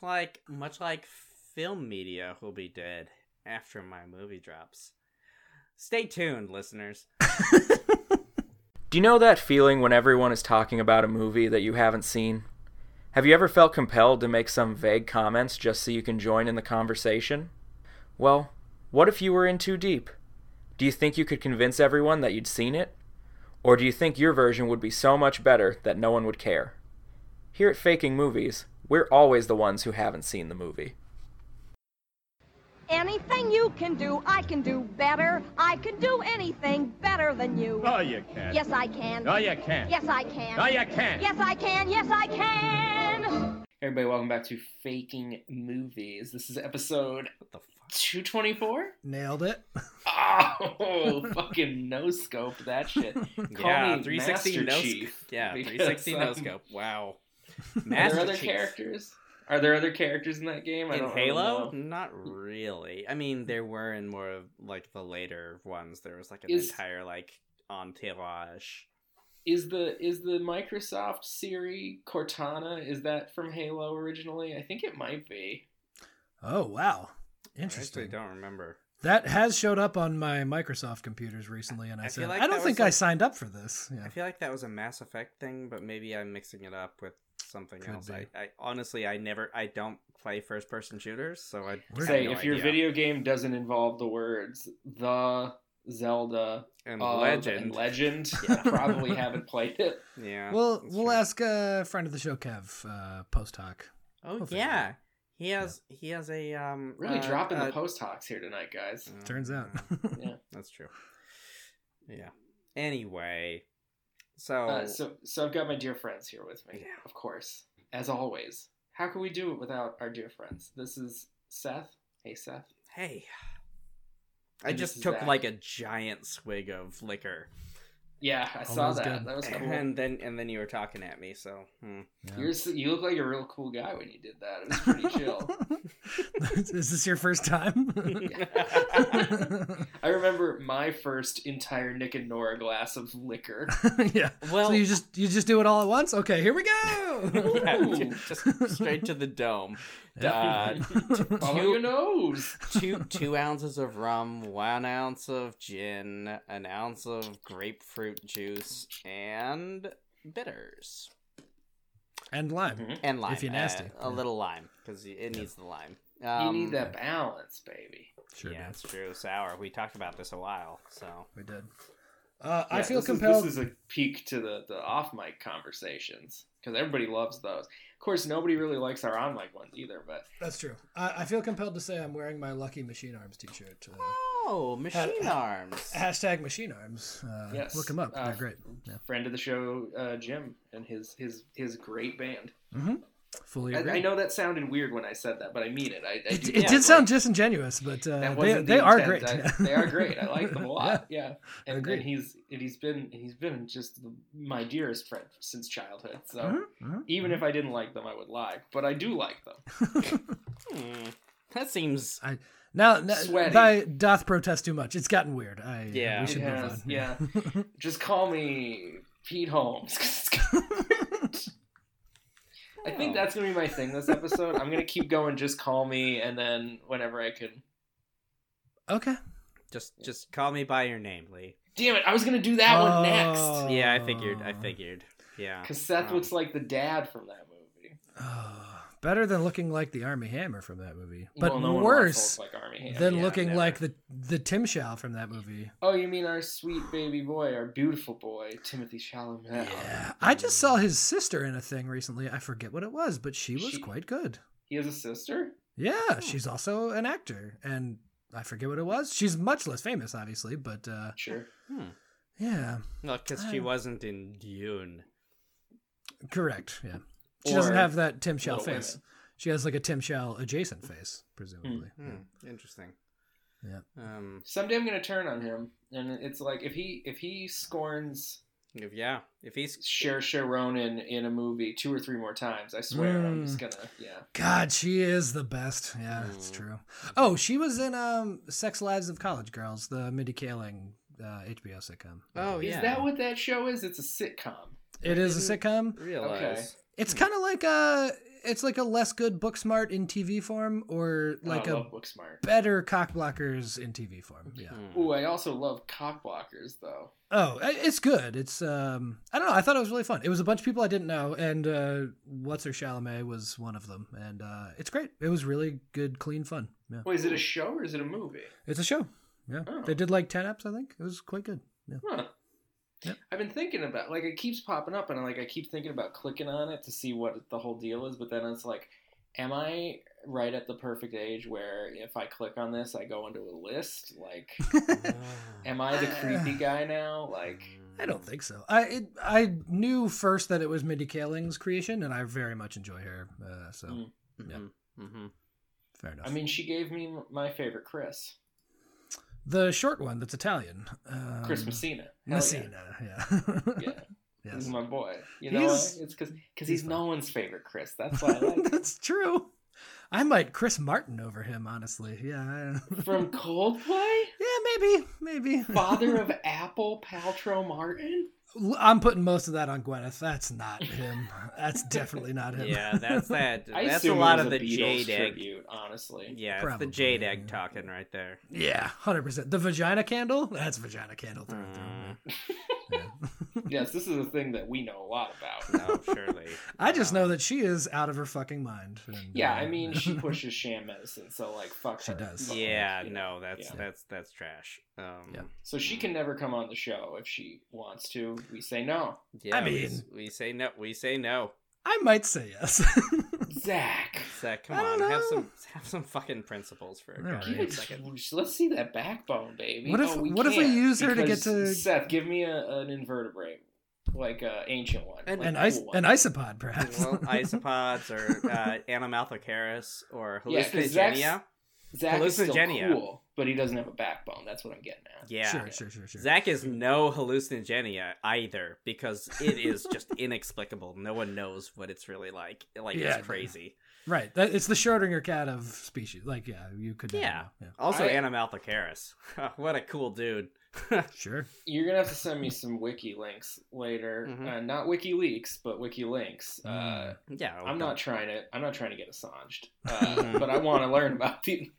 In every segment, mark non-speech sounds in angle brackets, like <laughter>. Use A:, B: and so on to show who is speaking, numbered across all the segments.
A: like much like film media will be dead after my movie drops. Stay tuned, listeners.
B: Do you know that feeling when everyone is talking about a movie that you haven't seen? Have you ever felt compelled to make some vague comments just so you can join in the conversation? Well, what if you were in too deep? Do you think you could convince everyone that you'd seen it? Or do you think your version would be so much better that no one would care? Here at Faking Movies, we're always the ones who haven't seen the movie.
C: Anything you can do, I can do better. I can do anything better than you.
D: No, you can't.
C: Yes, I can.
D: No, you can't.
C: Yes, I can.
D: No, you can't.
C: Yes, I can. Yes, I can.
E: Everybody, welcome back to Faking Movies. This is episode
A: What the fuck?
E: 224.
F: Nailed it.
E: Oh, fucking no scope that shit. Call
A: yeah,
E: me
A: 360
E: Master
A: no
E: Chief,
A: sc-
E: <laughs>
A: Yeah,
E: because
A: 360 no
E: I'm-
A: scope. Wow.
E: <laughs> Are there
A: Master
E: other
A: Chief.
E: characters? Are there other characters in that game? I
A: in
E: don't really
A: Halo?
E: know.
A: Not really. I mean, there were in more of like the later ones. There was like an
E: Is-
A: entire like entourage.
E: Is the is the Microsoft Siri Cortana? Is that from Halo originally? I think it might be.
F: Oh wow,
A: I actually
F: interesting.
A: don't remember.
F: That has showed up on my Microsoft computers recently, and I,
A: I feel
F: said
A: like
F: I
A: that
F: don't
A: was
F: think I
A: like-
F: signed up for this. Yeah.
A: I feel like that was a Mass Effect thing, but maybe I'm mixing it up with something
F: Could
A: else.
F: be.
A: I, I honestly, I never, I don't play first person shooters, so I
F: We're-
A: have
E: Say,
A: no
E: if your
A: idea.
E: video game doesn't involve the words the Zelda
A: and
E: of,
A: Legend, <laughs>
E: and Legend,
A: Yeah.
E: probably haven't played
A: <laughs>
E: it.
A: yeah,
F: We'll
A: that's
F: we'll
A: true.
F: ask a friend of the show, Kev, uh, post hoc.
A: Oh
F: we'll figure it
A: yeah, he has he has a um
E: Really
A: uh,
E: dropping
A: uh,
E: the post hocs here tonight, guys.
A: uh,
F: Turns out. <laughs>
A: that's true. Yeah. Anyway, so,
F: Oh.
E: Uh, so, so I've got my dear friends here with me,
A: Yeah.
E: of course, as always. How can we do it without our dear friends? This is Seth. Hey, Seth.
A: hey, I
E: And this
A: just
E: is
A: took
E: Zach.
A: like a giant swig of liquor,
E: Yeah, I saw
F: Always
E: that.
F: good.
E: That was cool.
A: and then and then you were talking at me, so hmm.
E: You're, s- you look like a real cool guy when you did that. It was
F: <laughs>
E: pretty chill.
F: Is this your first time? <laughs>
A: <laughs>
E: I remember my first entire Nick and Nora glass
F: <laughs>
E: of liquor.
F: yeah.
A: well,
F: so you just you just do it all at once? Okay, here we go.
A: <laughs> yeah,
E: Ooh.
A: just straight to the dome. Uh,
E: Follow
A: Two-
E: your nose.
A: two two ounces of rum, one ounce of gin, an ounce of grapefruit juice, and bitters
F: <laughs> and lime.
E: Mhm.
A: and lime.
F: If you're nasty,
A: uh, a
F: yeah.
A: little lime because it needs the lime.
E: You
A: Um,
E: need that balance, baby.
F: Sure
A: yeah,
F: do.
A: it's true. Sour. We talked about this a while. So
F: We did. Uh, I
E: Yeah,
F: feel
E: this
F: compelled.
E: Is, this is a peek to the, the off mic conversations because everybody loves those. Of course, nobody really likes our on mic ones either, but
F: That's true. I, I feel compelled to say I'm wearing my Lucky Machine Arms T-shirt. Uh,
A: oh, machine
F: ha-
A: arms.
F: hashtag Machine Arms. Uh,
E: Yes.
F: Look them up.
E: Uh,
F: They're great. Yeah.
E: friend of the show, uh, Jim, and his his his great band.
F: Fully
E: I,
F: agree.
E: I know that sounded weird when I said that, but I mean it. I, I
F: It,
E: do
F: it
E: feel
F: did
E: like
F: sound disingenuous, but uh,
E: that
F: they,
E: wasn't the
F: they are
E: intent.
F: great. <laughs>
E: I- <laughs> they are great. I like them a lot. Yeah, and,
F: Agreed.
E: and he's and he's been and he's been just my dearest friend since childhood. So
F: Mhm, mhm.
E: even if I didn't like them, I would lie. But I do like them.
F: uh.
A: Hmm. That seems.
F: Now, now
E: Sweaty.
F: thy doth protest too much. It's gotten weird. I,
A: Yeah.
F: we should
E: It
F: move
E: has,
F: on.
E: yeah.
F: <laughs>
E: Just call me Pete Holmes. 'cause it's- I think that's gonna be my thing this episode. I'm gonna keep going. Just call me, and then whenever I can.
F: Okay.
A: Just just call me by your name, Lee.
E: Damn it! I was gonna do that one next
F: Oh.
A: Yeah, I figured. I figured. Yeah.
E: because Seth
A: Um,
E: looks like the dad from that movie.
F: Oh, better than looking like the Army Hammer from that movie, but
E: Well, no one
F: worse
E: wants to look like Army Hammer.
F: than
A: Yeah,
F: looking
A: never.
F: like the the Tim Shaw from that movie.
E: Oh, you mean our sweet baby boy, our beautiful boy, Timothy Chalamet?
F: Yeah, I just saw his sister in a thing recently. I forget what it was, but she was
E: She- Oh.
F: quite good.
E: He has a sister.
F: Yeah, she's also an actor, and I forget what it was. She's much less famous, obviously, but uh,
E: Sure.
A: Hmm.
F: yeah,
A: No, because she
F: I-
A: wasn't in Dune.
F: correct. Yeah, she doesn't
E: Or
F: have that Tim Shaw
E: Little
F: face.
E: Women.
F: She has like a Tim Shaw adjacent face, presumably. Yeah.
A: Hmm, Interesting.
F: Yeah.
A: Um.
E: Someday I'm gonna turn on him, and it's like if he if he scorns
A: If, yeah. If he's
E: Cher Sharon in, in a movie two or three more times. I swear, I'm just gonna yeah.
F: God, she is the best. Yeah, it's
E: Hmm.
F: true. Oh, she was in um Sex Lives of College Girls, the Mindy Kaling uh, HBO sitcom.
A: Oh yeah.
E: Is that what that show is? It's a sitcom.
F: It is a
A: didn't-
F: sitcom.
E: Hmm.
A: realize?
F: It's kind of like a it's like a less good book smart in TV form, or like
E: I
F: a
E: love Booksmart.
F: better cock blockers in TV form. Yeah.
A: Hmm.
E: Ooh, I also love cock blockers though.
F: Oh, i- it's good. It's um, I don't know. I thought it was really fun. It was a bunch of people I didn't know, and uh, what's her Chalamet was one of them, and uh, it's great. It was really good, clean fun. Yeah,
E: Wait, is it a show or is it a movie?
F: it's a show. Yeah,
E: Oh.
F: they did like ten eps, I think. It was quite good.
E: <laughs>
F: Yeah.
E: Huh.
F: Yep.
E: I've been thinking about like it keeps popping up, and I, like I keep thinking about clicking on it to see what the whole deal is. But then it's like, am I right at the perfect age where if I click on this, I go into a list? Like, <laughs> am I the <sighs> creepy guy now? Like,
F: I don't think so. I it, I knew first that it was Mindy Kaling's creation, and I very much enjoy her. Uh, so
E: Mm.
F: Yeah. <laughs>
A: hmm
F: fair enough.
E: I mean, she gave me my favorite Chris,
F: the short one that's Italian. Um,
E: Chris Messina. Hell yeah.
F: Messina. Yeah. <laughs>
E: Yeah,
F: Yes.
E: he's my boy. You know, why?
F: He's-
E: it's because because
F: he's
E: he's,
F: fun.
E: no one's favorite Chris. That's why I
F: <laughs>
E: like him.
F: That's true. I might Chris Martin over him, honestly. Yeah. I-
E: <laughs> from Coldplay,
F: yeah, maybe, maybe.
E: father of Apple, Paltrow Martin.
F: L- I'm putting most of that on Gwyneth. That's not him. That's definitely not him.
A: Yeah,
F: <laughs>
A: that's that.
E: <laughs> I
A: that's a
E: assume it
A: lot
E: was
A: of the
E: Beatles
A: jade egg.
E: tribute, honestly.
A: Yeah, it's
F: Probably,
A: the jade
F: yeah.
A: egg talking right there.
F: yeah, hundred percent. The vagina candle. That's vagina candle through and
E: Mm,
A: Hmm.
F: through. Yeah.
E: <laughs> Yes, this is a thing that we know a lot
A: <laughs>
E: about.
A: No, Oh, surely.
F: <laughs> I just know
A: Um,
F: that she is out of her fucking mind. And,
E: Yeah,
F: uh, <laughs>
E: I
A: <laughs>
E: mean, she pushes sham medicine, so like, fuck
F: She
E: her.
F: does.
E: Fuck her,
A: Yeah,
E: you know?
A: no, that's
E: Yeah.
A: that's that's trash. Um,
F: Yeah.
E: So she can never come on the show if she wants to. We say no.
A: yeah,
F: I
A: we-
F: mean-
A: we, say no. We say no.
F: I might say
E: <laughs>
F: yes.
E: Zach,
A: Zach, come
F: I
A: on,
F: don't
A: have
F: know.
A: some have some fucking principles for a
F: All
A: goddamn
E: give
F: right.
E: it-
A: second.
E: let's see that backbone, baby.
F: What if-
E: Oh, we
F: what if we
E: can't,
F: use her to get
E: because,
F: to-
E: Seth? Give me a, an invertebrate, like an ancient one,
A: An-
E: like
F: an
E: a
F: ice,
E: cool one.
F: an isopod, perhaps.
A: well,
F: <laughs>
A: isopods or uh, Anamalthocaris or
E: Yeah, 'cause Zach's-
A: hallucinogenia.
E: Zach is still
A: hallucinogenia.
E: cool, but he doesn't have a backbone. That's what I'm getting at.
A: Yeah.
F: Sure, sure, sure, sure.
A: Zach is no hallucinogenia either because it is just inexplicable. No one knows what it's really like. Like
F: Yeah,
A: it's crazy.
F: Right. That, it's the Schrodinger cat of species. Like, yeah, you could. never
A: Yeah.
F: know. yeah.
A: Also,
E: I-
A: Anamalthocaris. <laughs> what a cool dude.
F: Sure.
E: You're gonna have to send me some wiki links later.
F: Mm-hmm.
A: Mhm.
E: Uh, not WikiLeaks, but wiki links. Uh,
F: Mm. Mm-hmm.
A: Yeah,
E: I'm
A: don't- <laughs>
E: not trying to. I'm not trying to get Assange, uh, but I want to learn about
F: <laughs>
E: the.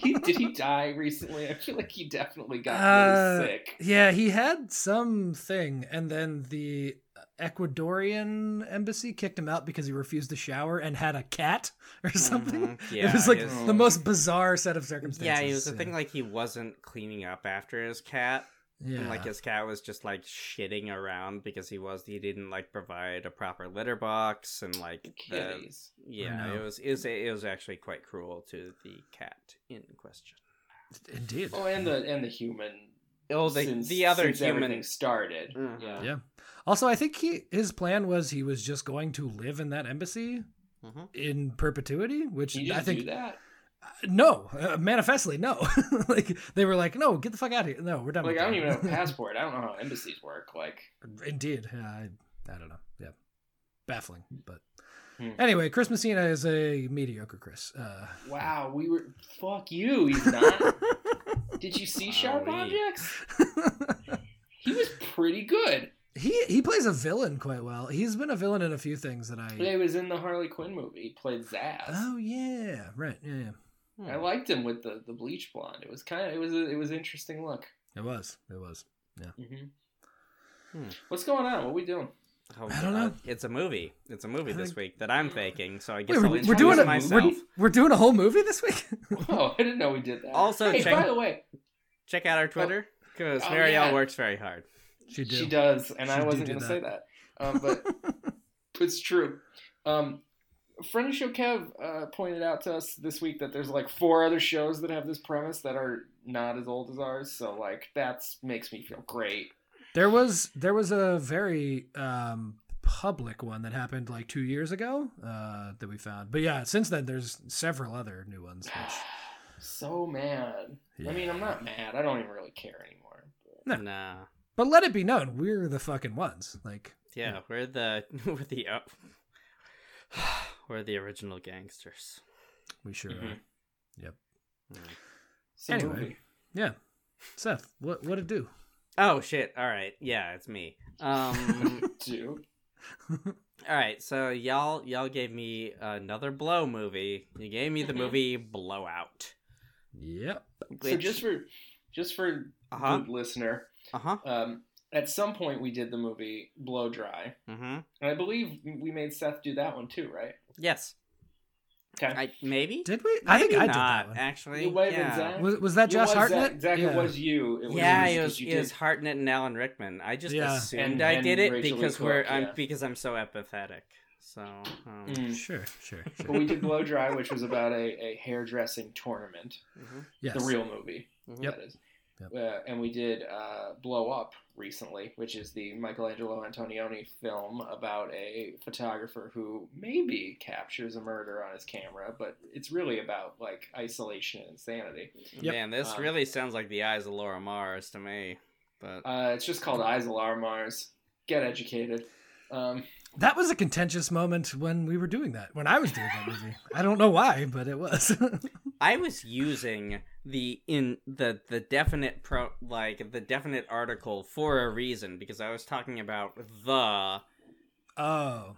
E: he, did he die recently? I feel like he definitely got
F: Uh,
E: really sick.
F: Yeah, he had something, and then the Ecuadorian embassy kicked him out because he refused to shower and had a cat or something. <laughs>
A: Mhm. Yeah,
F: Mm-hmm. it was like Oh,
A: his-
F: the most bizarre set of circumstances.
A: Yeah, it was a thing like he wasn't cleaning up after his cat, and like his cat was just like shitting around because he was he didn't like provide a proper litter box and like the,
E: Kitties.
A: yeah
F: know.
A: it was it was it was actually quite cruel to the cat in question.
F: indeed.
E: Oh, and the and the human.
A: Oh, the
E: since-
A: the other
E: since everything
A: human.
E: started.
A: Mhm.
E: Yeah.
F: yeah. Also, I think he his plan was he was just going to live in that embassy
A: Mhm.
F: in perpetuity, which
E: Can you just
F: I think
E: do that?
F: no, uh, manifestly no. <laughs> like they were like, no, get the fuck out of here. No, we're done.
E: Like
F: with
E: I
F: that.
E: don't even have a passport. I don't know how embassies work. Like
F: <laughs> Indeed. Yeah, I, I don't know. Yeah. Baffling. But
E: Hmm.
F: anyway, Chris Messina is a mediocre Chris. Uh, <laughs>
E: wow, we were fuck you. He's not. Did you see sharp
A: Wowee.
E: objects? He was pretty good.
F: he he plays a villain quite well. He's been a villain in a few things that
E: Yeah,
F: I.
E: he was in the Harley Quinn movie. He played Zaz.
F: Oh yeah, right. Yeah, yeah.
E: I liked him with the, the bleach blonde. It was kind of it was a, it was an interesting look.
F: It was. It was.
A: Mm-hmm.
E: hmm
A: Hmm.
E: What's going on? What
F: <laughs>
E: we doing?
A: Oh,
F: I don't know.
A: God. It's a movie. It's a movie
F: I
A: this
F: think-
A: week that I'm faking, so I guess
F: Wait, we're,
A: I'll
F: we're doing a
A: introduce
F: we're,
A: myself.
F: we're doing a whole movie this week. <laughs>
E: Oh, I didn't know we did that.
A: Also,
E: hey,
A: check-
E: by the way,
A: Check out our Twitter because
E: Oh,
A: Marielle
E: yeah.
A: works very hard.
F: she did.
E: she does, and
F: She
E: I
F: do
E: wasn't
F: do
E: going to say that, um, but
F: <laughs>
E: it's true. Um, friend of the show Kev uh, pointed out to us this week that there's like four other shows that have this premise that are not as old as ours. So like that makes me feel great.
F: <sighs> There was there was a very um, public one that happened like two years ago uh, that we found. But yeah, since then there's several other new ones. Which,
E: so mad. I mean, I'm not mad. I don't even really care anymore.
F: No.
A: Nah.
F: But let it be known, we're the fucking ones. Like,
A: Yeah, we're the <laughs> we're the uh, <sighs> we're the original gangsters.
F: we sure
A: Mm-hmm.
F: are.
E: Mhm.
F: Yep.
E: It's a
F: Anyway.
E: movie.
F: Yeah. Seth, what what it do? <laughs>
E: <laughs>
A: Oh shit! All right, yeah, it's me. Um,
E: Dude.
A: All right, so y'all y'all gave me another blow movie. You gave me the
F: Mm-hmm.
E: Mhm.
A: movie Blowout.
F: Yep.
E: So just for just for
A: uh huh
E: the listener,
A: uh huh
E: um, at some point we did the movie Blow Dry,
A: mm-hmm.
E: and I believe we made Seth do that one too, right?
A: yes.
E: Okay.
A: I, maybe.
F: Did we? I think
A: Maybe
F: I
A: not,
F: did that
A: Actually,
E: You waving
A: yeah.
E: Zach?
F: one. Was, was that
E: It
F: Josh
E: was
F: Hartnett?
E: Zach, Zach, it
F: Yeah.
E: was you. It was
A: yeah,
E: you
A: it
E: 'cause
A: was,
E: you
A: it was
E: did-
A: Hartnett and Alan Rickman. I just
F: Yeah.
A: assumed
E: And-
A: I
E: and
A: did it
E: Rachel Lee
A: because
E: Cook,
A: we're I'm
E: yeah.
A: because I'm so empathetic. So um,
F: <laughs>
E: Mm.
F: Sure, sure.
E: but we did Blow Dry, which was about a, a hairdressing tournament,
A: mhm,
F: yes.
E: the real movie.
A: mhm.
F: Yep.
E: That is.
F: Yep.
E: Uh, and we did uh, Blow Up recently, which is the Michelangelo Antonioni film about a photographer who maybe captures a murder on his camera, but it's really about like isolation and insanity.
F: Yep.
A: Man, this
E: Um,
A: really sounds like the eyes of Laura Mars to me. But
E: Uh, it's just called Eyes Alarm Mars. Get educated. Um,
F: That was a contentious moment when we were doing that. When I was doing that movie, I don't know why, but it was. <laughs>
A: I was using the in the the definite pro like the definite article for a reason because I was talking about the
F: oh,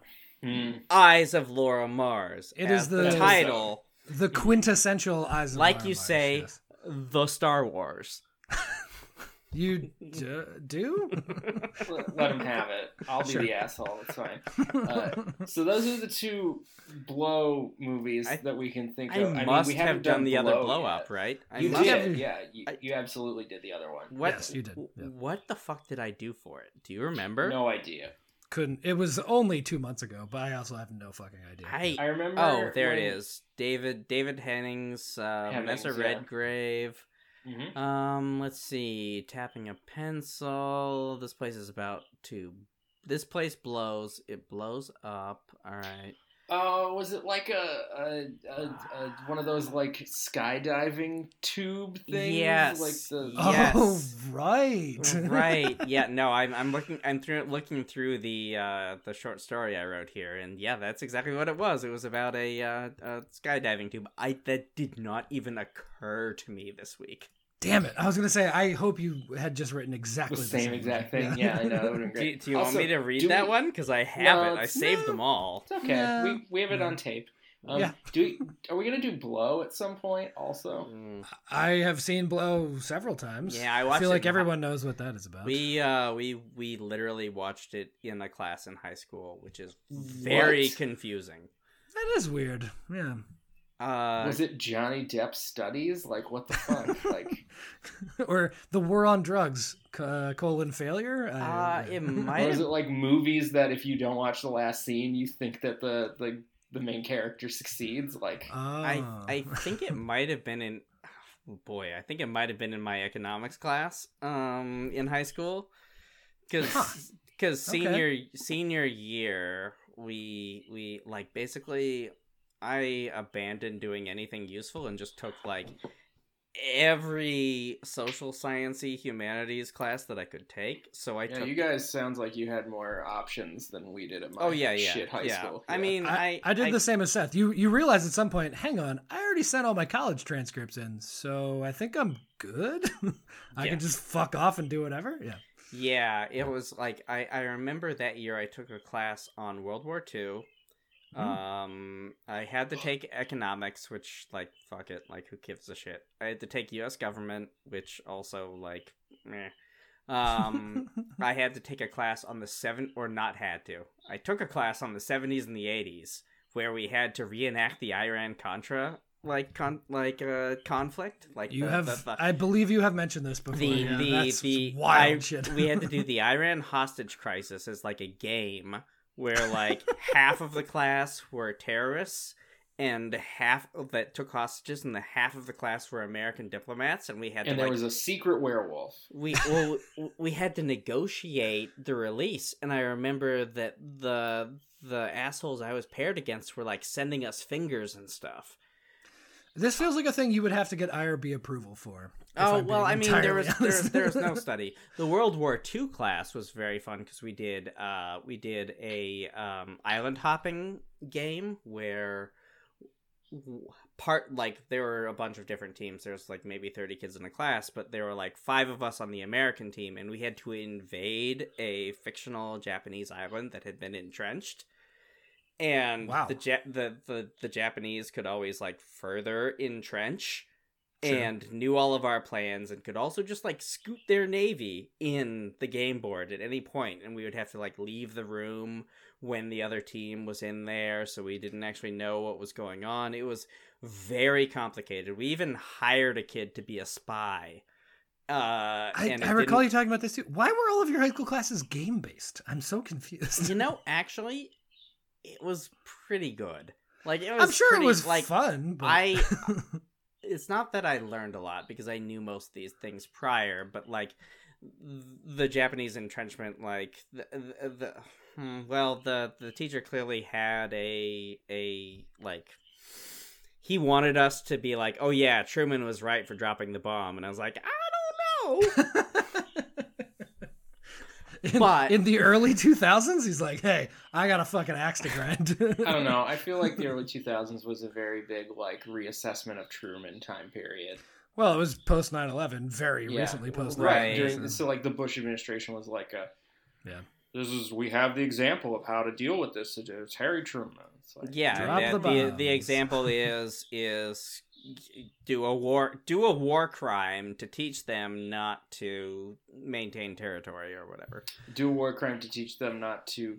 A: eyes of Laura Mars.
F: It
A: as
F: is the-
A: the title,
F: the quintessential eyes. of
A: Like
F: Laura
A: you
F: Mars,
A: say-
F: yes.
A: the Star Wars. <laughs>
F: you d- do.
E: let, let him have it. I'll be
F: Sure. <laughs>
E: the asshole. It's fine. Uh, So those are the two blow movies
A: I-
E: that we can think
A: I
E: of. mean,
A: must
E: we
A: have
E: haven't
A: done, the other
E: Blow
A: blow
E: yet.
A: up, right? I
E: You
A: must
E: did,
A: have-
E: yeah. You,
A: I-
E: you absolutely did the other one.
A: What?
F: Yes, you did, yeah.
A: What the fuck did I do for it? Do you remember?
E: No idea.
F: Couldn't. It was only two months ago, but I also have no fucking idea.
A: I.
F: <laughs>
E: I remember.
A: oh, there
E: when-
A: it is. David David Hennings, uh,
E: Hennings,
A: Vanessa
E: yeah.
A: Redgrave.
E: Mhm.
A: Um, let's see. Tapping a pencil. This place is about to. This place blows. It blows up. All right.
E: Oh, was it like a, a, a, a one of those like skydiving tube things?
A: Yes.
E: Like the
A: Yes.
F: Oh, right.
A: right. Yeah. No. I'm. I'm looking. I'm through. Looking through the uh the short story I wrote here, and yeah, that's exactly what it was. It was about a uh a skydiving tube. I that did not even occur to me this week.
F: <laughs> Damn it! I was gonna say. I hope you had just written exactly
E: the
F: the
E: same exact thing. Yeah, I know. That would have been
A: <laughs> Do, you-
E: great.
A: do you want
E: Also,
A: me to read
E: do
A: that
E: we-
A: one? Because I have
E: No,
A: it. I
E: it's-
A: saved
F: no.
A: them all.
E: It's okay.
F: No.
E: We we have it
F: No.
E: on tape. Um,
F: Yeah.
E: Do we? Are we gonna do blow at some point? Also.
A: Mm.
F: <laughs> I have seen Blow several times.
A: Yeah, I
F: I
A: watched
F: feel
A: it in
F: like
A: hi-
F: everyone knows what that is about.
A: We uh we we literally watched it in a class in high school, which is very
E: What?
A: confusing.
F: That is weird. Yeah. <laughs>
A: Uh
E: was it Johnny Depp studies? Like what
A: <laughs>
E: the fuck? like
F: or the war on drugs, c- uh, colon failure.
A: Uh, it might- I
E: or is
A: didn't-
E: it like movies that if you don't watch the last scene, you think that the the, the main character succeeds? Like
A: I
F: <laughs> Oh.
A: I think it might have been in oh, boy, I think it might have been in my economics class um in high school cuz
F: Huh. Okay.
A: senior senior year we we like basically I abandoned doing anything useful and just took like every social sciency humanities class that I could take. So I
E: yeah,
A: took
E: you guys sounds like you had more options than we did at my
A: Oh yeah, yeah,
E: shit high
A: yeah.
E: school.
A: I
E: Yeah.
A: mean, I
F: I, I did the same as Seth. You you realize at some point, hang on, I already sent all my college transcripts in, so I think I'm good. <laughs> I
A: Yeah.
F: can just fuck off and do whatever. Yeah.
A: Yeah, it was like I I remember that year I took a class on World War II.
F: Hmm.
A: Um, I had to take economics, which like fuck it, like who gives a shit. I had to take U.S. government, which also like meh.
F: <laughs>
A: Um, I had to take a class on the seven or not had to. I took a class on the seventies and the eighties where we had to reenact the Iran Contra like con like uh conflict like
F: you
A: the-
F: have.
A: the- the-
F: I believe you have mentioned this before.
A: the
F: yeah,
A: the
F: that's
A: the
F: wild
A: I-
F: shit.
A: we had to
F: <laughs>
E: <laughs>
A: do the Iran hostage crisis as like a game where like half
E: <laughs>
A: of the class were terrorists and half of that took hostages and the half of the class were American diplomats and we had
E: and
A: to
E: there
A: like
E: was a secret werewolf.
A: we well, we had to negotiate the release and I remember that the the assholes I was paired against were like sending us fingers and stuff.
F: This feels like a thing you would have to get IRB approval for. if
A: Oh
F: I'm
A: well,
F: being
A: I mean, there
F: entirely
A: was there,
F: honest.
A: there was no
F: <laughs>
A: study. The World War II class was very fun because we did uh, we did a um, island hopping game where w- part like there were a bunch of different teams. There was like maybe thirty kids in the class, but there were like five of us on the American team, and we had to invade a fictional Japanese island that had been entrenched. and
F: Wow.
A: the, ja- the the the Japanese could always like further entrench
F: Sure.
A: and knew all of our plans and could also just like scoot their navy in the game board at any point and we would have to like leave the room when the other team was in there so we didn't actually know what was going on it was very complicated we even hired a kid to be a spy uh
F: I,
A: and it
F: I recall
A: didn't-
F: you talking about this too. Why were all of your high school classes game based? I'm so confused.
A: you know actually it was pretty good like it was
F: <laughs> I'm sure
A: pretty,
F: it was
A: like
F: fun, but <laughs>
A: I- it's not that I learned a lot because I knew most of these things prior, but like th- the Japanese entrenchment, like the, the, the hmm, well, the the teacher clearly had a a like he wanted us to be like, oh yeah, Truman was right for dropping the bomb, and I was like, "Ah, I don't know.
F: in,
A: but-
F: in the early 2000s, he's like, "Hey, I got a fucking axe to grind."
E: I don't know. I feel like the early 2000s was a very big like reassessment of Truman time period.
F: <laughs> Well, it was post 9/11, very recently post 9/11.
E: right.
A: Right.
E: During, so like the Bush administration was like a
F: Yeah.
E: This is we have the example of how to deal with this. It- It's Harry Truman. It's like,
A: Yeah,
F: Drop
A: that-
F: the
A: the,
F: bombs.
A: the example is is do a war do a war crime to teach them not to maintain territory or whatever.
E: do a war crime to teach them not to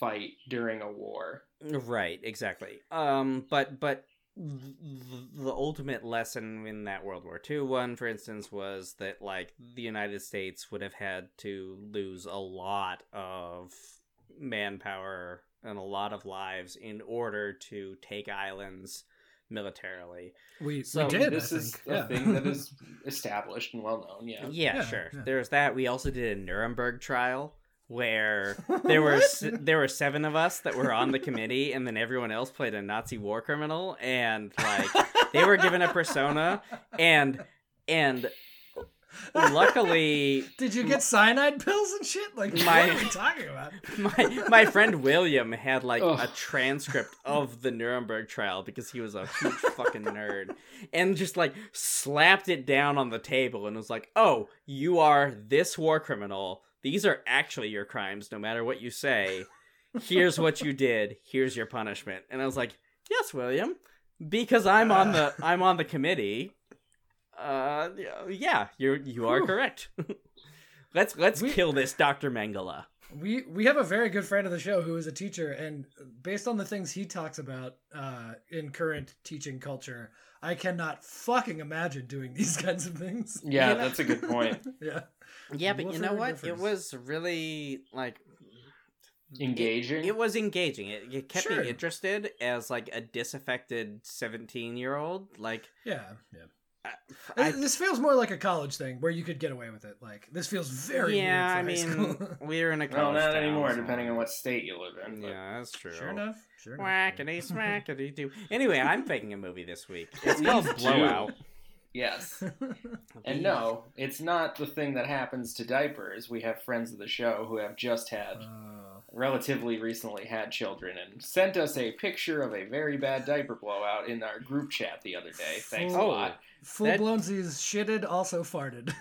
E: fight during a war.
A: Right, exactly. Um, but but th- the ultimate lesson in that World War II one, for instance, was that like the United States would have had to lose a lot of manpower and a lot of lives in order to take islands militarily.
F: We,
A: So
F: we did.
E: this
F: I
E: is
F: think.
E: a
F: yeah.
E: thing that is established and well known. Yeah.
A: Yeah,
F: Yeah,
A: sure.
F: yeah.
A: There's that. We also did a Nuremberg trial
F: <laughs>
A: where there were s- there were seven of us that were on the committee, and then everyone else played a Nazi war criminal, and like they were given a persona, and
F: <laughs>
A: and luckily
F: <laughs> Did you get cyanide pills and shit?
E: <laughs>
F: Like,
A: My-
F: what are we talking about?
A: my my friend William had like a
E: Ugh.
A: transcript of the Nuremberg trial because he was a huge fucking nerd and just like slapped it down on the table and was like, "Oh, you are this war criminal. These are actually your crimes no matter what you say. Here's what you did. Here's your punishment." And I was like, "Yes, William, because I'm on the
F: <sighs>
A: I'm on the committee. Uh yeah, you you are
F: Whew.
A: correct." <laughs> Let's let's
F: We-
A: kill this Dr. Mengele.
F: We we have a very good friend of the show who is a teacher, and based on the things he talks about uh, in current teaching culture, I cannot fucking imagine doing these <laughs> kinds of things.
E: Yeah,
A: You know-
E: that's a good point.
F: <laughs> Yeah,
A: Yeah, but you
F: Wolverine
A: know what?
F: differs.
A: It was really like
E: Engaging.
A: It, it was engaging. It, it kept
F: Sure.
A: me interested as like a disaffected seventeen-year-old. Like
F: yeah, yeah.
A: I,
F: I,
A: I-
F: this feels more like a college thing where you could get away with it. Like this feels very
A: yeah, I
F: Weird for high
A: mean,
F: school. <laughs>
A: <laughs> we were in a
E: well,
A: college.
E: not
A: town,
E: anymore,
A: so-
E: depending on what state you live in. but-
A: Yeah, that's true.
F: sure enough, sure enough. <laughs>
A: Whackity smackity do. Anyway, I'm making a movie this
E: <laughs>
A: week. It's
E: Me
A: called
E: too.
A: Blowout.
E: Yes.
A: <laughs>
E: And no, it's not the thing that happens to diapers. We have friends of the show who have just had,
F: Oh.
E: relatively recently had children, and sent us a picture of a very bad diaper blowout in our group chat the other day. Thanks a
A: Oh. <laughs>
E: lot. <laughs>
F: Full blown Z's shitted, also farted.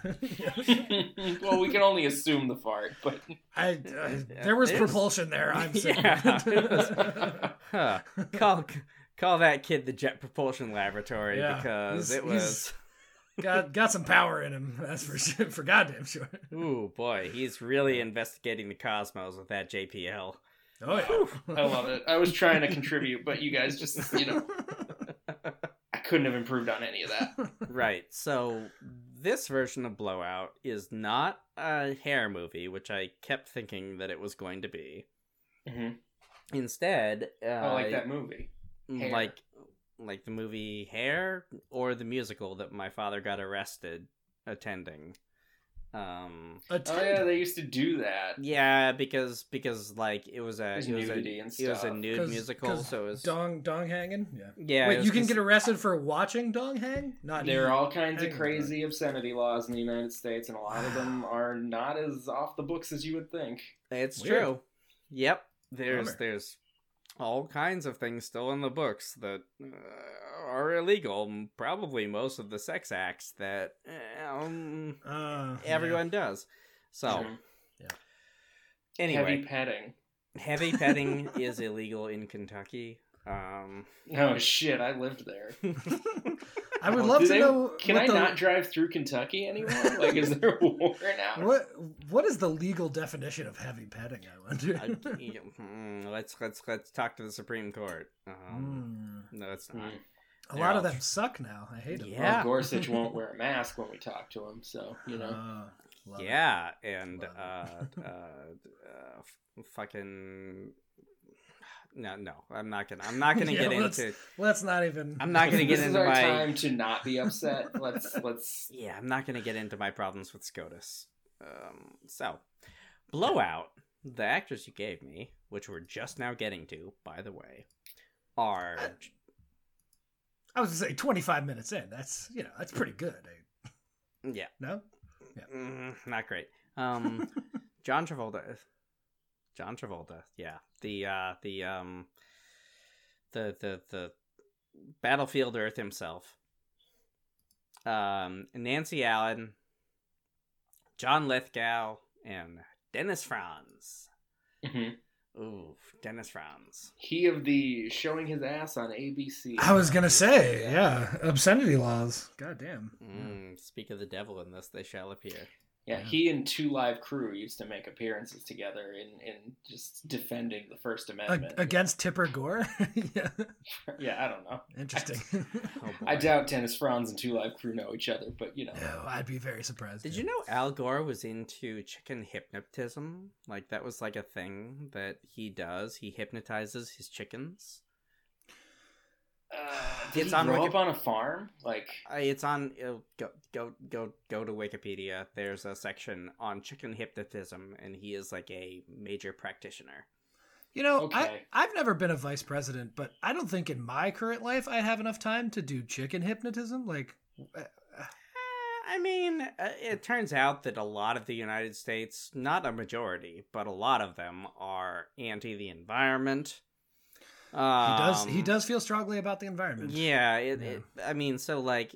F: <laughs>
E: well, we can only assume the fart, but
A: <laughs>
F: I, I there was
A: There's- <laughs>
F: propulsion there. I'm saying. <laughs>
A: Yeah, it was- <laughs> Huh. Call call that kid the Jet Propulsion Laboratory
F: Yeah,
A: because
F: he's-
A: it was.
F: got got some power in him. That's for sure, <laughs> for goddamn sure.
A: Ooh boy, he's really investigating the cosmos with that JPL.
F: Oh <laughs> yeah.
E: I love it. I was trying to contribute, but you guys just, you know, I couldn't have improved on any of that.
A: Right. So this version of Blowout is not a hair movie, which I kept thinking that it was going to be.
E: Mhm.
A: Instead, uh,
E: I Oh, like that movie. Hair.
A: like like the movie Hair or the musical that my father got arrested attending. Um
E: Oh yeah, they used to do that.
A: yeah, because because like it was a
E: There's
A: it was a,
E: nudity and
A: it was
E: stuff.
A: a nude
F: 'Cause-
A: musical,
F: 'cause
A: so it was
F: dong dong hanging. Yeah.
A: yeah. it
F: Wait,
A: was
F: you can
A: cons-
F: get arrested for watching dong hang? Not
E: There are all kinds
F: Hang
E: of
F: on.
E: crazy obscenity laws in the United States, and a lot of them are not as off the books as you would think.
A: It's
F: Weird.
A: true. Yep. There's
F: Bummer.
A: there's all kinds of things still in the books that uh, are illegal. m- Probably most of the sex acts that um,
F: Uh, yeah.
A: everyone does. So
E: Mhm.
A: anyway,
E: Heavy petting.
A: heavy petting is illegal in Kentucky.
F: <laughs>
A: Um,
E: Oh shit! I lived there.
F: I would
E: Oh,
F: love
E: do
F: to
E: they-
F: know.
E: Can
F: what
E: I
F: the-
E: not drive through Kentucky anymore? Like, is there <laughs> a war now?
F: What what is the legal definition of heavy petting? I wonder. <laughs>
A: I, mm, let's let's let's talk to the Supreme Court. Um,
F: Mm.
A: No, it's not.
E: Mm.
F: A
A: they're
F: lot
A: all
F: of them
A: tr-
F: suck now. I hate them.
A: Yeah.
E: Well, Gorsuch won't wear a mask when we talk to him, so you
F: Uh,
E: know.
A: Yeah, and uh, uh,
F: Love <laughs> it.
A: uh, f- fucking no, no, I'm not gonna. I'm not gonna
F: <laughs> Yeah,
A: get
F: let's-
A: into.
F: Let's not even.
A: I'm not gonna get
F: <laughs>
E: this is
A: into
E: our
A: my.
E: time to not be upset. Let's let's.
A: Yeah, I'm not gonna get into my problems with SCOTUS. Um, so, Blowout, the actors you gave me, which we're just now getting to, by the way, are
F: I was gonna say 25 minutes in. That's you know that's pretty good. eh?
A: yeah,
F: No.
A: mm, not great. Um, John Travolta. John Travolta. Yeah. The uh the um the the the Battlefield Earth himself. Um Nancy Allen, John Lithgow, and Dennis Franz.
E: Mhm.
A: Ooh, Dennis Franz.
E: He of the showing his ass on ABC.
F: I was gonna say yeah. Obscenity laws. God damn.
A: Mm, Speak of the devil in this, they shall appear.
E: Yeah, he and Two Live Crew used to make appearances together in in just defending the First
F: Ag-
E: Amendment.
F: against Tipper Gore. <laughs> yeah.
E: yeah, I don't know.
F: Interesting.
A: <laughs> Oh boy.
E: I doubt Dennis Franz and Two Live Crew know each other, but you know.
F: <laughs> no, I'd be very surprised.
A: Did
F: yeah.
A: you know Al Gore was into chicken hypnotism? Like that was like a thing that he does. He hypnotizes his chickens.
E: Uh, did
A: It's
E: he
A: on
E: grow
A: Wiki-
E: up on a farm? Like,
A: Uh, It's on uh, go go go go to Wikipedia. There's a section on chicken hypnotism, and he is like a major practitioner.
F: You know,
E: Okay.
F: I, I've never been a vice president, but I don't think in my current life I'd have enough time to do chicken hypnotism. Like, uh,
A: Uh, I mean, uh, it turns out that a lot of the United States, not a majority, but a lot of them are anti the environment.
F: he does he
A: Um,
F: does feel strongly about the environment.
A: Yeah, it,
F: Yeah.
A: It, I mean, so like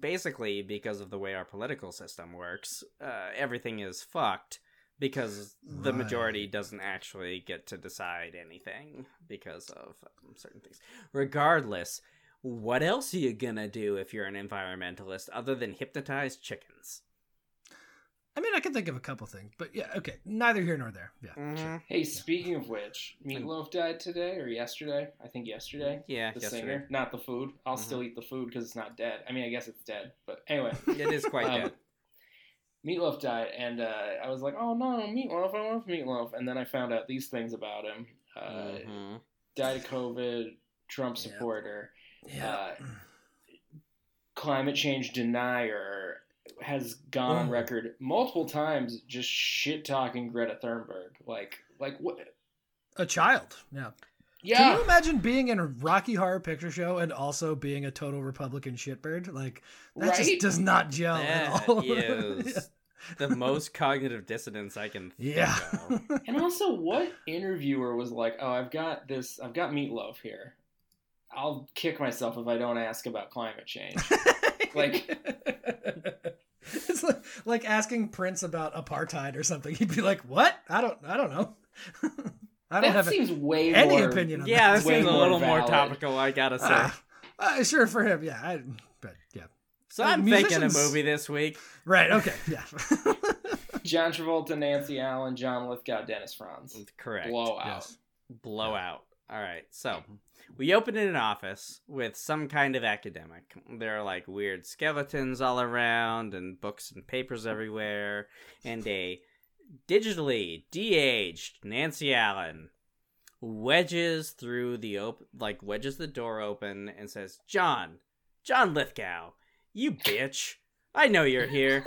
A: basically because of the way our political system works, uh, everything is fucked because the
F: Right.
A: majority doesn't actually get to decide anything because of um, certain things. Regardless, what else are you gonna do if you're an environmentalist other than hypnotize chickens?
F: I mean, I can think of a couple things, but yeah, okay, neither here nor there. Yeah, sure.
E: hey, speaking of which, Meatloaf died today or yesterday? I think yesterday.
A: Yeah,
E: The
A: yesterday.
E: singer, not the food. I'll
F: Mm-hmm.
E: still eat the food because it's not dead. I mean, I guess it's dead, but anyway.
A: It is quite
E: <laughs> Um,
A: dead.
E: Meatloaf died, and uh, I was like, "Oh no, Meatloaf! I love Meatloaf!" And then I found out these things about him: uh,
A: Mhm.
E: died of COVID, Trump
F: Mm-hmm. Yeah.
E: supporter,
A: Mm-hmm.
E: uh,
F: yeah.
E: climate change denier, has gone on
F: Oh.
E: record multiple times just shit talking Greta Thunberg. Like, like what?
F: a child. Yeah. Can
E: Yeah,
F: you imagine being in Rocky Horror Picture Show and also being a total Republican shitbird? Like that
E: Right?
F: just does not gel
A: That
F: at all. <laughs>
A: is the most cognitive dissonance I can think <laughs>
F: yeah.
A: of.
F: yeah.
E: and also, what interviewer was like, "Oh, I've got this. I've got Meatloaf here. I'll kick myself if I don't ask about climate change." Like-
F: <laughs> it's like, like asking Prince about apartheid or something. He'd be like, "What? I don't, I don't know. <laughs> I don't
E: that
F: have
E: seems way
F: any
E: more-
F: opinion on
A: Yeah,
F: that."
A: that
E: Way
A: seems a
E: more
A: little more
E: valid.
A: topical, I gotta say.
F: Ah, ah, sure for him. Yeah, I, but yeah,
A: so
F: uh,
A: I'm
F: musicians-
A: making a movie this week.
F: right. Okay, yeah. <laughs>
E: John Travolta, Nancy Allen, John Lithgow, Dennis Franz.
A: Correct.
E: Blowout.
F: Yes.
A: Blowout. All right. So we open in an office with some kind of academic. There are like weird skeletons all around and books and papers everywhere and a digitally de-aged Nancy Allen wedges through the op- like wedges the door open and says, "John, John Lithgow, you bitch. I know you're here."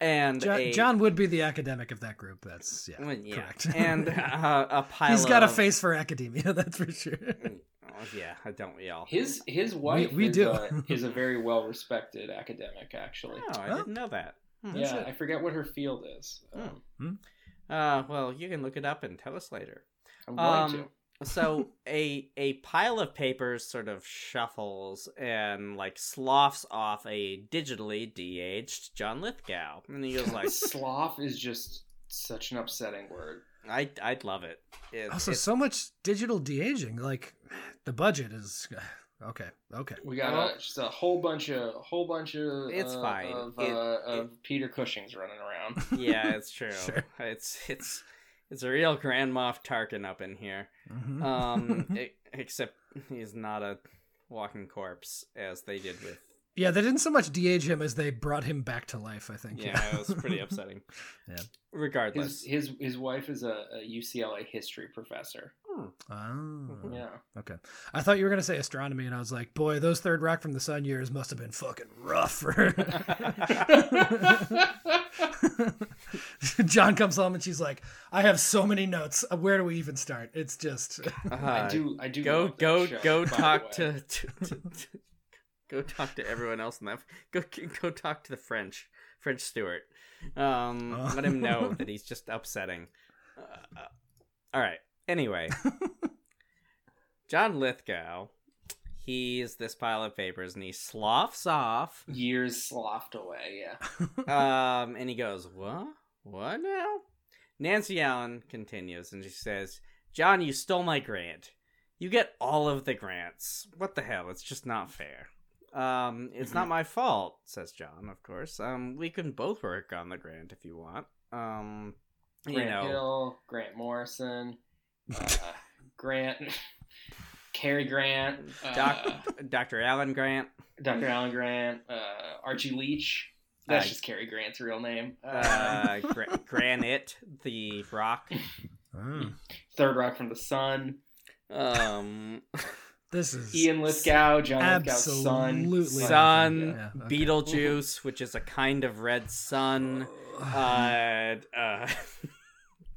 A: And
F: John,
A: a-
F: John would be the academic of that group. That's yeah,
A: Well, yeah.
F: correct. <laughs>
A: and uh, a pile
F: he's got a
A: of-
F: face for academia. <laughs> That's for sure.
A: Oh, yeah, don't we all?
E: His his wife
F: we
E: is,
F: do. <laughs>
E: a, is a very well respected academic, actually.
A: Oh, I
F: Huh?
A: didn't know that. Hmm.
E: yeah, I forget what her field is.
F: Hmm.
E: Um,
A: Uh, well, you can look it up and tell us later.
E: I'm going
A: Um,
E: to.
A: So
E: <laughs>
A: a a pile of papers sort of shuffles and like sloughs off a digitally
F: <laughs>
E: <laughs>
A: de-aged John Lithgow, and he goes like,
E: Sloth is just such an upsetting word.
A: I I'd love it. It-
F: Also,
A: it's-
F: so much digital de aging. Like, the budget is <sighs> okay. Okay.
E: We got
A: Well-
E: a, just a whole bunch of whole bunch of
A: It's
E: uh,
A: fine.
E: of,
A: It-
E: uh, of Peter Cushing's
A: <laughs>
E: running around.
A: yeah,
F: <laughs>
A: it's true.
F: Sure.
A: It's it's it's a real Grand Moff Tarkin up in
F: <laughs>
A: here.
F: Mhm. <laughs>
A: Um, e- except he's not a walking corpse as they did with.
F: yeah, they didn't so much de-age him as they brought him back to life. I think.
A: Yeah, it was
F: <laughs>
A: pretty upsetting.
F: Yeah.
A: Regardless,
E: His his his wife is a, a UCLA history professor.
F: Oh.
A: Mm-hmm.
E: Yeah.
F: Okay. I thought you were gonna say astronomy, and I was like, boy, those third rock from the sun years must have been fucking rough. For... <laughs> John comes home and she's like, I have so many notes. Where do we even start? It's just
A: Uh,
E: I do. I do.
A: go
E: love that
A: go
E: show,
A: go
E: by the way.
A: talk to, to, to, to- go talk to everyone else in that. Go go talk to the French French Stewart. Um,
F: Oh.
A: let him know that he's just upsetting. Uh, uh, all right. Anyway, John Lithgow, he's this pile of papers, and he sloughs off.
E: years sloughed away. Yeah.
A: Um, and he goes, "What? What now?" Nancy Allen continues, and she says, "John, you stole my grant. You get all of the grants. What the hell? It's just not fair." Um, it's not my fault," says John. Of course, um, we can both work on the grant if you want. Um, <laughs> you
E: Grant
A: know,
E: Hill, Grant Morrison, uh, Grant, Cary Grant, uh,
A: Doc, Dr. Allen Grant.
E: Dr. Alan Grant, uh, Archie Leach. That's
A: Uh,
E: just Cary Grant's real name. Uh,
A: <laughs>
E: <laughs>
A: Uh, gra- granite, the rock.
F: Mm.
E: Third Rock from the Sun.
A: Um,
F: <laughs> this is
E: Ian Lithgow, John Lithgow's son.
F: absolutely
A: sun,
F: Yeah, okay.
A: Beetlejuice, which is a kind of red
F: <laughs>
A: sun. uh, uh,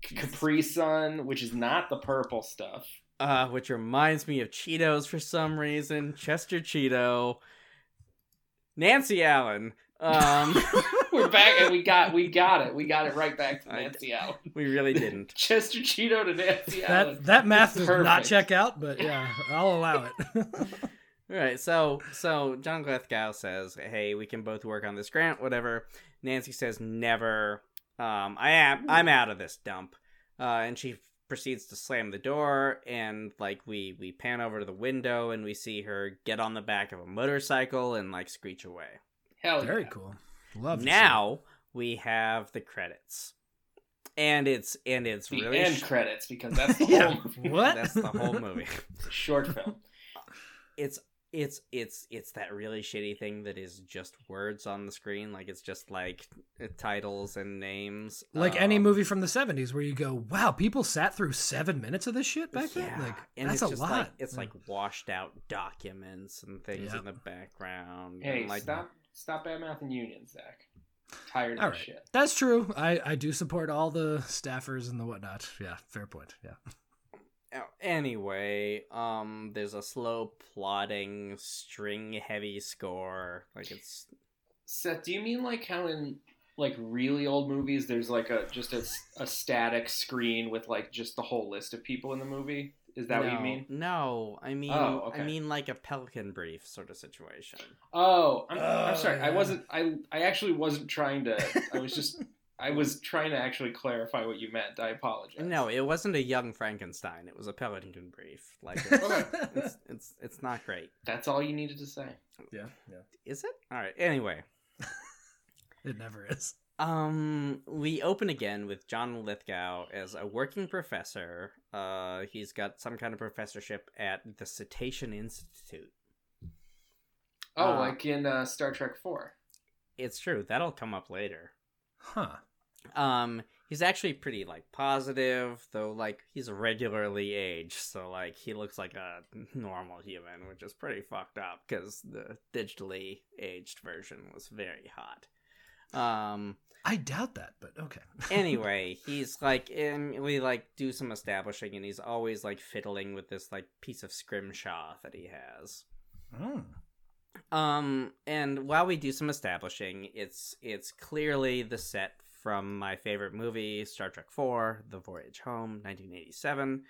E: Capri Sun, which is not the
F: <laughs>
E: purple stuff.
A: uh, which reminds me of Cheetos for some reason. Chester Cheeto, Nancy Allen. Um,
E: We're back and we got we got it. We got it right back to
A: I-
E: Nancy Allen. <laughs>
A: we really didn't.
E: Chester Cheeto to Nancy Allen.
F: that that math does not
E: Perfect.
F: check out, but yeah, I'll allow it. <laughs>
A: All right, so so John Glethgow says, "Hey, we can both work on this grant, whatever." Nancy says, "Never. Um, I am. I'm out of this dump." Uh, and she proceeds to slam the door, and like we we pan over to the window, and we see her get on the back of a motorcycle and like screech away.
E: Hell yeah.
F: Very cool. Love to see
A: now we have the credits and it's and it's
E: The
A: really
E: end
A: sh-
E: credits
F: <laughs>
E: because that's the
F: Yeah.
E: whole movie.
F: it. what?
A: that's the
F: <laughs>
A: whole movie
E: It's a short film.
A: it's it's it's it's that really shitty thing that is just words on the screen like it's just like uh, titles and names
F: like any
A: Um,
F: movie from the '70s, where you go, "Wow, people sat through seven minutes of this shit back
A: yeah,
F: then." Like
A: and
F: that's
A: it's
F: a
A: just
F: lot.
A: like it's
F: Yeah.
A: like washed out documents and things
F: Yeah.
A: in the background
E: Hey,
A: and like
E: stop stop bad mouthing unions, Zach. Tired of
F: All
E: this
F: right.
E: shit.
F: That's true. I, I do support all the staffers and the whatnot. Yeah, fair point. Yeah.
A: Oh, anyway um there's a slow plodding string heavy score like it's
E: Seth, do you mean like how in like really old movies there's like a just a, a static screen with like just the whole list of people in the movie? Is that what you
A: No,
E: mean?
A: No, I mean,
E: Oh, okay.
A: I mean like a Pelican Brief sort of situation.
E: Oh, I'm, I'm
F: Oh,
E: sorry. I
F: yeah.
E: wasn't. I I actually wasn't trying to. I
A: <laughs>
E: was just. I was trying to actually clarify what you meant. I apologize.
A: No, it wasn't a Young Frankenstein. It was a Pelican Brief.
E: <laughs>
A: Like, it's,
E: Okay.
A: it's, it's it's not great,
E: that's all you needed to say.
F: yeah, yeah.
A: is it? All right. Anyway,
F: It never is.
A: um, we open again with John Lithgow as a working professor. Uh, he's got some kind of professorship at the Cetacean Institute.
E: Oh,
A: Uh,
E: like in uh, Star Trek Four.
A: It's true. That'll come up later.
F: Huh.
A: Um, he's actually pretty like positive, though. Like he's regularly aged, so like he looks like a normal human, which is pretty fucked up because the digitally aged version was very hot. Um.
F: I doubt that, but okay.
A: Anyway, he's like, and we like do some establishing, and he's always like fiddling with this like piece of scrimshaw that he has.
F: Mm.
A: Um, and while we do some establishing, it's it's clearly the set from my favorite movie, Star Trek IV, The Voyage Home, 1987.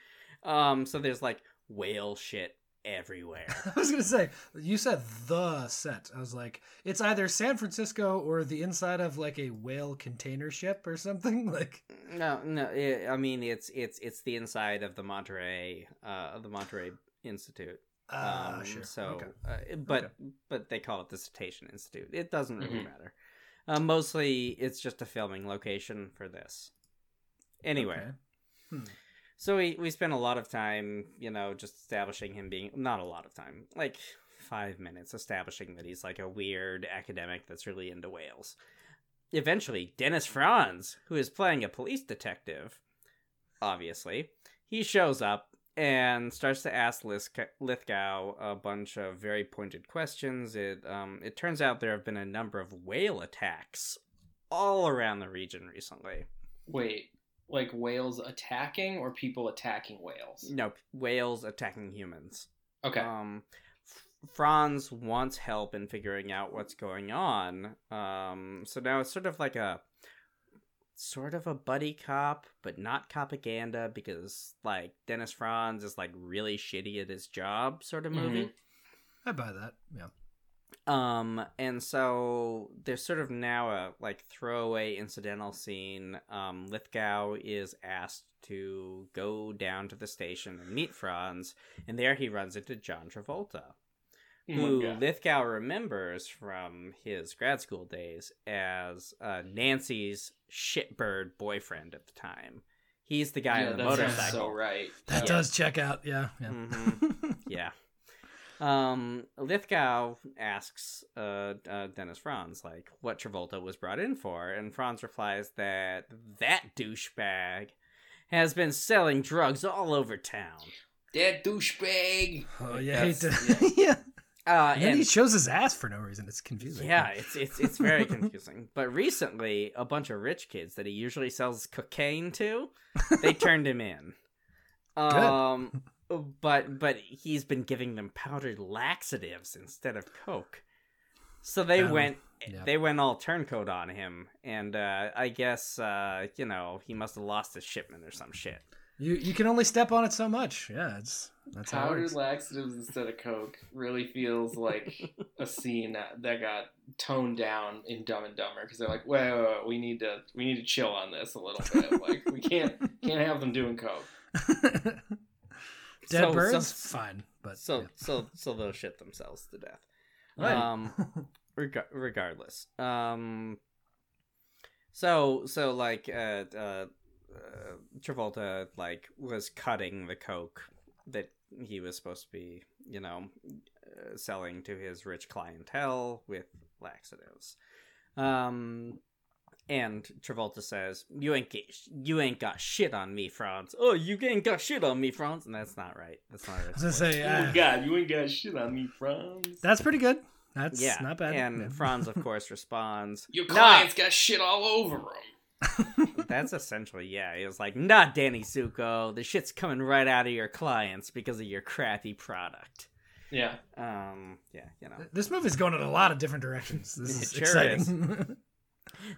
A: Um, so there's like whale shit everywhere.
F: <laughs> <laughs> I was gonna say you said the set. I was like, it's either San Francisco or the inside of like a whale container ship or something. <laughs> Like,
A: No, no. It, I mean, it's it's it's the inside of the Monterey, uh, of the Monterey Institute.
F: ah,
A: um,
F: sure.
A: So,
F: Okay.
A: uh, but
F: Okay.
A: but they call it the Cetacean Institute. It doesn't really
F: Mm-hmm.
E: Mhm.
A: matter. Uh, mostly, it's just a filming location for this. Anyway,
F: Okay. Hmm.
A: so we we spent a lot of time, you know, just establishing him being not a lot of time, like five minutes, establishing that he's like a weird academic that's really into whales. Eventually, Dennis Franz, who is playing a police detective, obviously, he shows up and starts to ask Lisk- Lithgow a bunch of very pointed questions. It um, it turns out there have been a number of whale attacks all around the region recently.
E: Wait, like whales attacking or people attacking whales?
A: No, whales attacking humans.
E: Okay.
A: Um, F- Franz wants help in figuring out what's going on. Um, so now it's sort of like a sort of a buddy cop, but not propaganda because like Dennis Franz is like really shitty at his job, sort of movie.
F: I buy that. Yeah.
A: Um, and so there's sort of now a like throwaway incidental scene. Um, Lithgow is asked to go down to the station and meet Franz, and there he runs into John Travolta who
E: Okay.
A: Lithgow remembers from his grad school days as uh, Nancy's shitbird boyfriend at the time. He's the guy
E: yeah,
A: on the
E: that sounds
A: motorcycle.
E: so right.
F: That
E: Yeah.
F: does check out. Yeah. Yeah.
A: Mhm. yeah. Um, Lithgow asks uh, uh, Dennis Franz, like, what Travolta was brought in for, and Franz replies that that douchebag has been selling drugs all over town.
E: That douchebag.
F: <laughs> Oh
E: Like,
F: yeah. I hate <laughs>
E: that's-
F: to- yeah.
A: Uh,
F: And then he shows his ass for no reason. It's confusing.
A: Yeah, it's it's it's very confusing. <laughs> but recently, a bunch of rich kids that he usually sells cocaine to,
F: <laughs>
A: they turned him in. Um but but he's been giving them powdered laxatives instead of coke. So they
F: Um,
A: went
F: yeah.
A: they went all turncoat on him and uh I guess uh you know, he must have lost his shipment or some shit.
F: You you can only step on it so much. Yeah. It's that's how it
E: Powdered
F: works.
E: laxatives instead of Coke really feels like
F: <laughs>
E: a scene that, that got toned down in Dumb and Dumber because they're like, wait, wait, wait, we need to we need to chill on this a little
F: <laughs>
E: bit. Like we can't can't have them doing Coke.
F: Dead
A: So- so-
F: birds, fine, but
A: So
F: yeah.
A: so so they'll shit themselves to death.
F: Right. <laughs>
A: Um reg- regardless. Um so so like uh, uh uh Travolta like was cutting the coke that he was supposed to be, you know, uh, selling to his rich clientele with laxatives. Um and Travolta says, "You ain't get, you ain't got shit on me, Franz. Oh, you ain't got shit on me, Franz." And that's not right. That's not right.
F: <laughs> I was gonna say
E: oh
F: uh,
E: God, you ain't got shit on me, Franz.
F: that's pretty good. That's not bad.
A: And
F: <laughs> Yeah.
A: Franz, of course, responds,
E: Your
A: "Nah."
E: client's got shit all over him.
A: That's essentially, yeah. He was like, "Nah, Danny Zuko. The shit's coming right out of your clients because of your crappy product."
E: Yeah,
A: Um, yeah, you know.
F: this movie's going in a lot of different directions.
A: <laughs>
F: This
A: It
F: is
A: sure
F: exciting.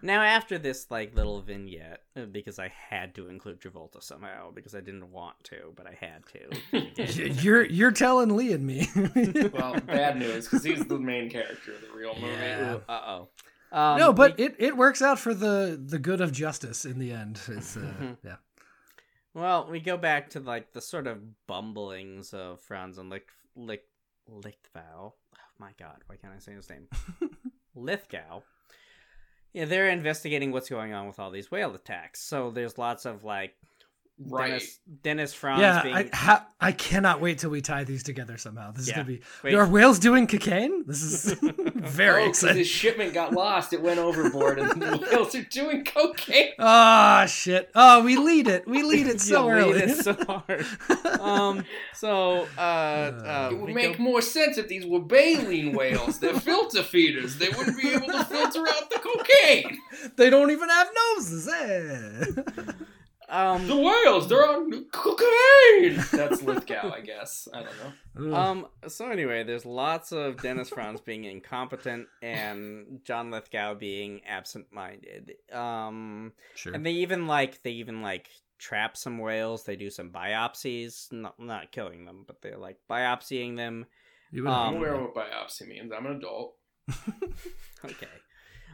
A: Now, after this like little vignette, uh, because I had to include Travolta somehow because I didn't want to, but I had to.
F: <laughs> Y- you're you're telling Lee and me. <laughs>
E: well, bad news because he's the main character of the real movie.
F: Yeah.
A: Uh oh. Um,
F: no, but
A: we-
F: it, it works out for the the good of justice in the end. It's uh,
A: Mhm.
F: yeah.
A: well, we go back to like the sort of bumblings of Franz and Lick Lick Lickvow. Oh my god, why can't I say his
F: <laughs>
A: name? Lithgow. Yeah, they're investigating what's going on with all these whale attacks. So there's lots of like
E: Right.
A: Dennis, Dennis Franz
F: yeah,
A: being <laughs>
F: I ha- I cannot wait till we tie these together somehow. This is
A: Yeah.
F: gonna be.
A: Wait.
F: Are whales doing cocaine?
A: <laughs>
F: This is <laughs> very
E: Oh, 'cause
F: exciting.
E: His shipment got lost. It went overboard,
F: <laughs>
E: and the whales are doing cocaine.
F: Oh shit! Oh, we lead it. We lead
A: <laughs>
F: it so
A: You lead
F: early.
A: it so hard. um, so
F: <laughs>
A: uh, uh,
F: Uh,
E: It would
A: we
E: make
A: go-
E: more sense if these were baleen whales. <laughs> They're filter feeders. They wouldn't be able to filter out the cocaine.
F: <laughs> they don't even have noses. eh? <laughs>
E: The
A: um,
E: whales, they're on cocaine. That's Lithgow, I guess. I don't know.
A: um, so anyway, there's lots of Dennis Franz being incompetent and John Lithgow being absent-minded. Um,
F: sure.
A: and they even like they even like trap some whales. They do some biopsies, not not killing them, but they're like biopsying them.
F: You
E: I'm
A: Um,
E: aware of what biopsy means. I'm an adult.
A: Okay.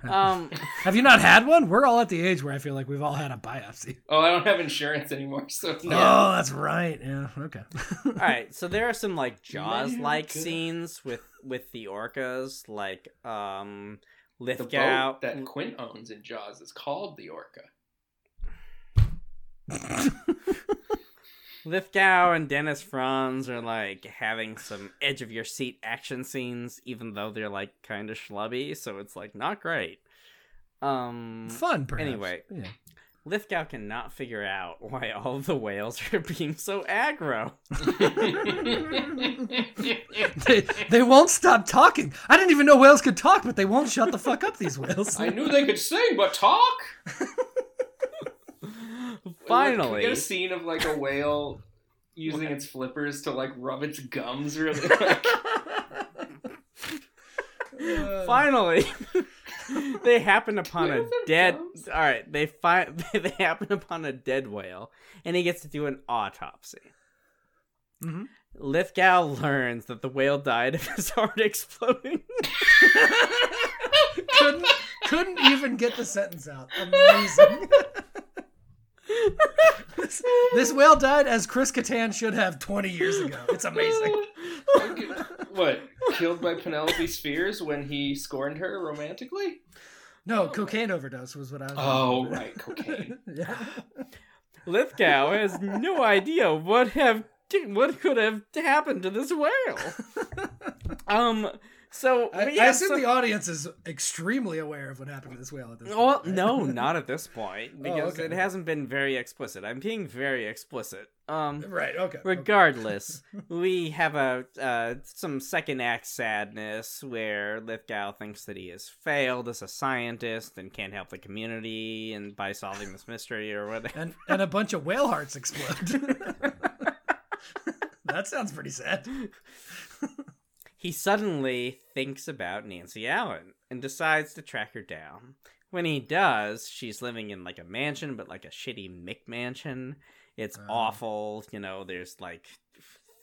A: Um,
F: <laughs> Have you not had one? We're all at the age where I feel like we've all had a biopsy.
E: Oh, I don't have insurance anymore, <laughs> so no.
F: Oh, that's right. Yeah. Okay. <laughs>
A: all right, so there are some like Jaws like
E: Good.
A: scenes with with the orcas, like um,
E: the boat
A: Lithgow.
E: that Quint owns in Jaws is called the Orca. <laughs>
A: Lithgow and Dennis Franz are like having some edge of your seat action scenes, even though they're like kind of schlubby, so it's like not great. Um,
F: Fun. Perhaps.
A: Anyway.
F: Yeah.
A: Lithgow cannot figure out <laughs> why all the whales are being so aggro.
F: They, they won't stop talking. I didn't even know whales could talk, but they won't shut the fuck up. These whales.
E: I knew they could sing, but talk. Like, we
A: Finally,
E: get a scene of like a whale using its flippers to like rub its gums really. <laughs>
A: finally, <laughs> they happen upon
E: Where
A: a
E: are the
A: dead.
E: drums?
A: All right, they find <laughs> they happen upon a dead whale, and he gets to do an autopsy.
F: Mhm.
A: Lithgow learns that the whale died of his <laughs> heart exploding.
F: couldn't couldn't even get the sentence out. Amazing. this, this whale died as Chris Kattan should have 20 years ago. It's amazing.
E: what? Killed by Penelope Spheres when he scorned her romantically?
F: No, cocaine overdose was what I was.
E: Oh,
F: <laughs>
E: right, cocaine.
F: Yeah.
A: Lithgow has no idea what have what could have happened to this whale.
F: <laughs>
A: Um. So
F: I,
A: we have
F: I assume
A: some-
F: the audience is extremely aware of what happened to this whale at this <laughs>
A: Well,
F: point. right?
A: Oh, no, not at this point because
F: Oh, okay.
A: it hasn't been very explicit. I'm being very explicit. Um,
F: right, okay. okay. <laughs>
A: regardless, we have a uh, some second act sadness where Lithgow thinks that he has failed as a scientist and can't help the community and by solving this mystery or whatever.
F: And, and a bunch of whale hearts explode. <laughs> that sounds
A: <laughs>
F: pretty sad.
A: He suddenly thinks about Nancy Allen and decides to track her down. When he does, she's living in like a mansion, but like a shitty Mick mansion. It's
F: Oh.
A: awful, you know. There's like,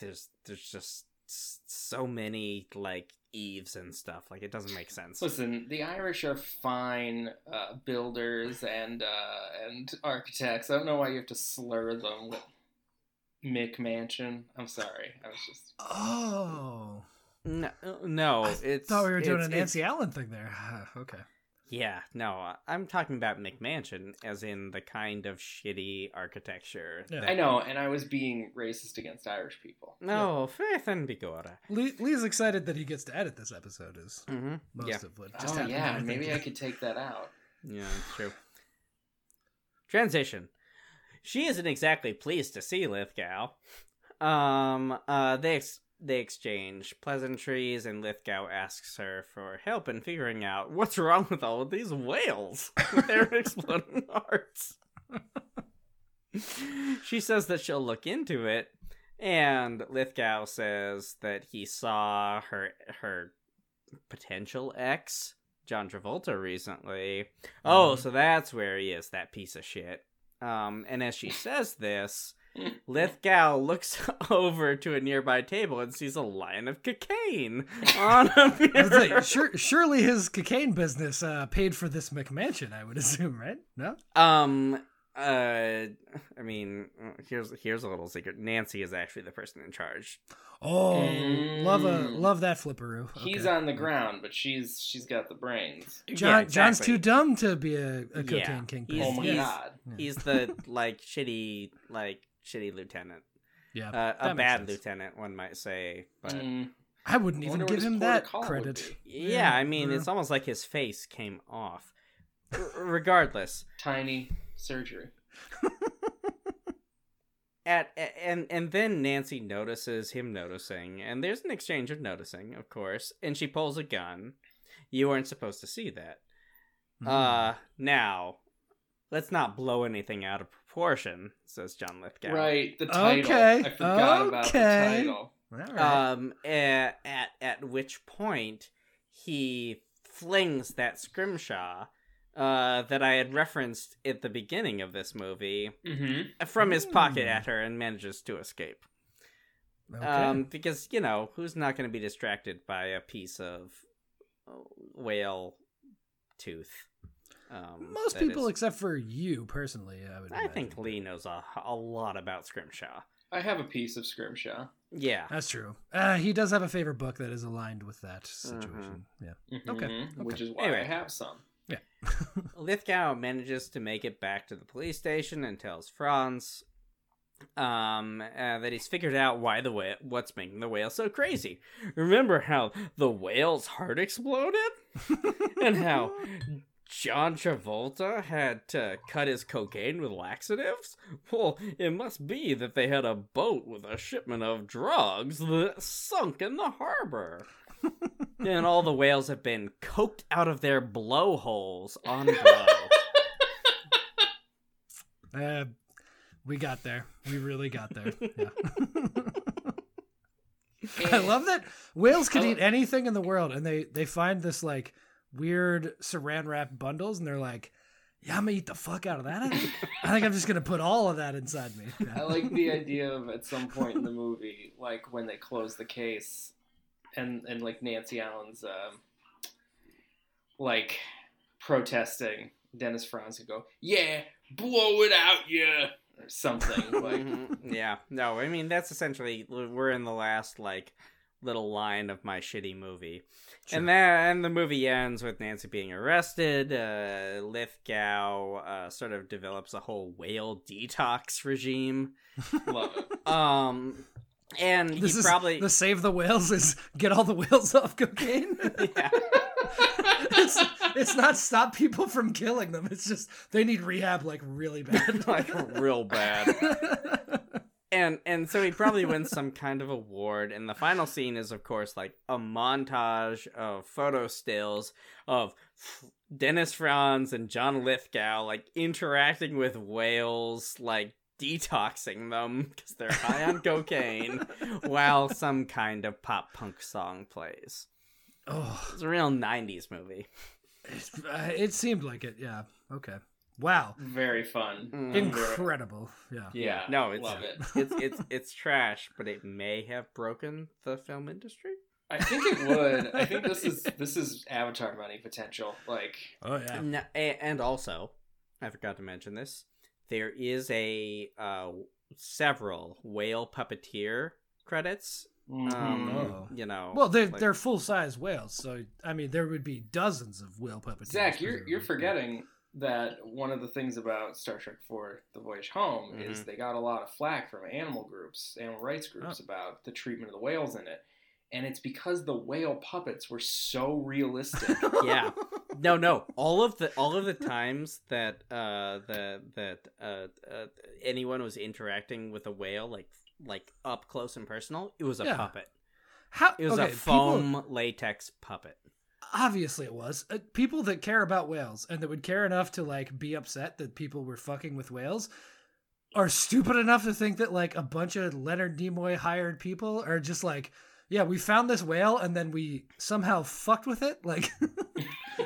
A: there's there's just s- so many like eaves and stuff. Like it doesn't make sense.
E: Listen, the Irish are fine uh, builders and uh, and architects. I don't know why you have to slur them with Mick Mansion. I'm sorry. I was just
F: Oh.
A: No, no, it's
F: Thought we were doing
A: it's-
F: a
A: it's-
F: Nancy Allen thing there. <sighs> okay.
A: Yeah, no, I'm talking about McMansion as in the kind of shitty architecture.
F: Yeah.
A: that-
E: I know, and I was being racist against Irish people.
A: No, faith and bigora.
F: Lee, Lee's excited that he gets to edit this episode. Is
E: Mm-hmm.
A: hmm
F: most
A: Yeah.
F: of what just
E: oh
F: happened.
E: yeah,
F: there,
E: maybe
F: thank
E: I
F: you.
E: could take that out.
A: Yeah, true. Transition. She isn't exactly pleased to see Lithgow. Um, uh, they ex- they exchange pleasantries, and Lithgow asks her for help in figuring out what's wrong with all of these whales. with <laughs> their exploding hearts. <laughs> she says that she'll look into it, and Lithgow says that he saw her her potential ex, John Travolta, recently. Oh,
F: Mhm.
A: so that's where he is, that piece of shit. Um, and as she says
F: <laughs>
A: this, Lithgow looks <laughs> over to a nearby table and sees a line of cocaine on a
F: <laughs> I was
A: mirror.
F: like, sure, surely his cocaine business uh, paid for this McMansion, I would <laughs> assume, right? No,
A: Um. Uh. I mean, here's here's a little secret. Nancy is actually the person in charge.
F: oh, love a
E: Mm.
F: love that flipperoo.
E: He's
F: Okay.
E: on the ground, but she's she's got the brains.
F: John,
A: Yeah,
F: John's
A: exactly.
F: too dumb to be a, a cocaine
A: Yeah,
F: kingpin.
A: He's-
E: oh my
A: he's-
E: god.
A: He's the like shitty, like shitty lieutenant.
F: yeah,
A: Uh, a
F: that makes
A: bad
F: sense.
A: lieutenant, one might say. But
E: Mm.
F: I wouldn't
E: I
F: even
E: wonder what
F: give
E: his
F: him
E: port of
F: that
E: call would
F: credit.
E: be.
A: yeah, I mean,
F: yeah.
A: it's almost like his face came off. R- regardless,
E: Tiny surgery.
A: at a- and and then Nancy notices him noticing, and there's an exchange of noticing, of course, and she pulls a gun. You weren't supposed to see that.
F: Mm.
A: Uh, now, let's not blow anything out of proportion, says John Lithgow.
E: Right, the title.
F: Okay,
E: I forgot about the
F: okay.
E: title.
F: Mm. All
E: uh,
F: right.
A: Um, at, at at which point he flings that scrimshaw, uh, uh, that I had referenced at the beginning of this movie
E: Mm-hmm.
A: from his pocket
F: Hmm.
A: at her and manages to escape.
F: Okay.
A: Um, because you know who's not going to be distracted by a piece of uh, whale tooth? Um,
F: Most
A: that
F: people,
A: is-
F: except for you personally, I would.
A: I think
F: imagine.
A: Lee knows a, a lot about Scrimshaw.
E: I have a piece of Scrimshaw.
A: Yeah,
F: That's true. Uh, he does have a favorite book that is aligned with that situation. Yeah. Okay,
E: Mhm, Which is
A: Mm-hmm.
E: why
A: Anyway.
E: I have some.
A: Lithgow manages to make it back to the police station and tells Franz um, uh, that he's figured out why the whale, what's making the whale so crazy. Remember how the whale's heart exploded, and how John Travolta had to cut his cocaine with laxatives? Well, it must be that they had a boat with a shipment of drugs that sunk in the harbor. and all the whales have been coked out of their blowholes on blow.
F: Uh, we got there. We really got
E: <laughs>
F: there. Yeah. <laughs> I love that whales could
E: I lo-
F: eat anything in the world, and they they find this like weird saran wrap bundles, and they're like, "Yeah, I'm gonna eat the fuck out of that. I think, I think I'm just gonna put all of that inside me." Yeah.
E: I like the idea of at some point in the movie, like when they close the case, and and like Nancy Allen's, um, like protesting. Dennis Franz could go, "Yeah, blow it out, yeah," or something
A: <laughs>
E: like.
A: Mhm.
F: Mm-hmm.
A: yeah, no, I mean that's essentially we're in the last like little line of my shitty movie, and then and the movie ends with Nancy being arrested. Uh, Lithgow uh, sort of develops a whole whale detox
F: <laughs>
A: regime.
E: Love it.
A: Um, and
F: <laughs> this
A: he
F: is
A: probably
F: the save the whales is get all the whales <laughs> off cocaine.
A: <laughs> yeah. <laughs>
F: it's, it's not stop people from killing them. It's just they need rehab like
A: <laughs>
F: really bad.
A: like real bad. and and so he probably wins some kind of award and the final scene is of course like a montage of photo stills of dennis franz and john lithgow like interacting with whales like detoxing them because they're high on
E: <laughs>
A: cocaine while some kind of pop punk song plays
F: oh,
A: it's a real 90s movie
F: it, uh, it seemed like it. Yeah. Okay. Wow.
E: Very fun.
A: Mm.
F: Incredible. Yeah.
E: Yeah.
A: no it's
E: love it.
A: it's it's it's trash but it may have broken the film industry
E: I think it would. I think this <laughs> is this is Avatar money potential. Like,
F: Oh yeah.
A: No, a- and also, I forgot to mention this. There is a uh, several whale puppeteer credits. Um,
E: mhm.
F: Oh.
A: You know,
F: Well, they're
A: like-
F: they're full size whales, so I mean there would be dozens of whale puppeteers.
E: Zach, you're
F: presumably.
E: you're forgetting that one of the things about Star Trek Four: The Voyage Home is
F: Mm-hmm.
E: they got a lot of flack from animal groups, animal rights
F: Oh.
E: groups, about the treatment of the whales in it, and it's because the whale puppets were so realistic.
F: <laughs>
A: yeah. No, no. All of the all of the times that uh the that uh, uh anyone was interacting with a whale like like up close and personal, it was a
F: Yeah.
A: puppet.
F: How
A: It was
F: okay,
A: a
F: people-
A: foam latex puppet.
F: obviously it was uh, people that care about whales and that would care enough to like be upset that people were fucking with whales are stupid enough to think that like a bunch of Leonard Nimoy hired people are just like yeah we found this whale and then we somehow fucked with it like <laughs>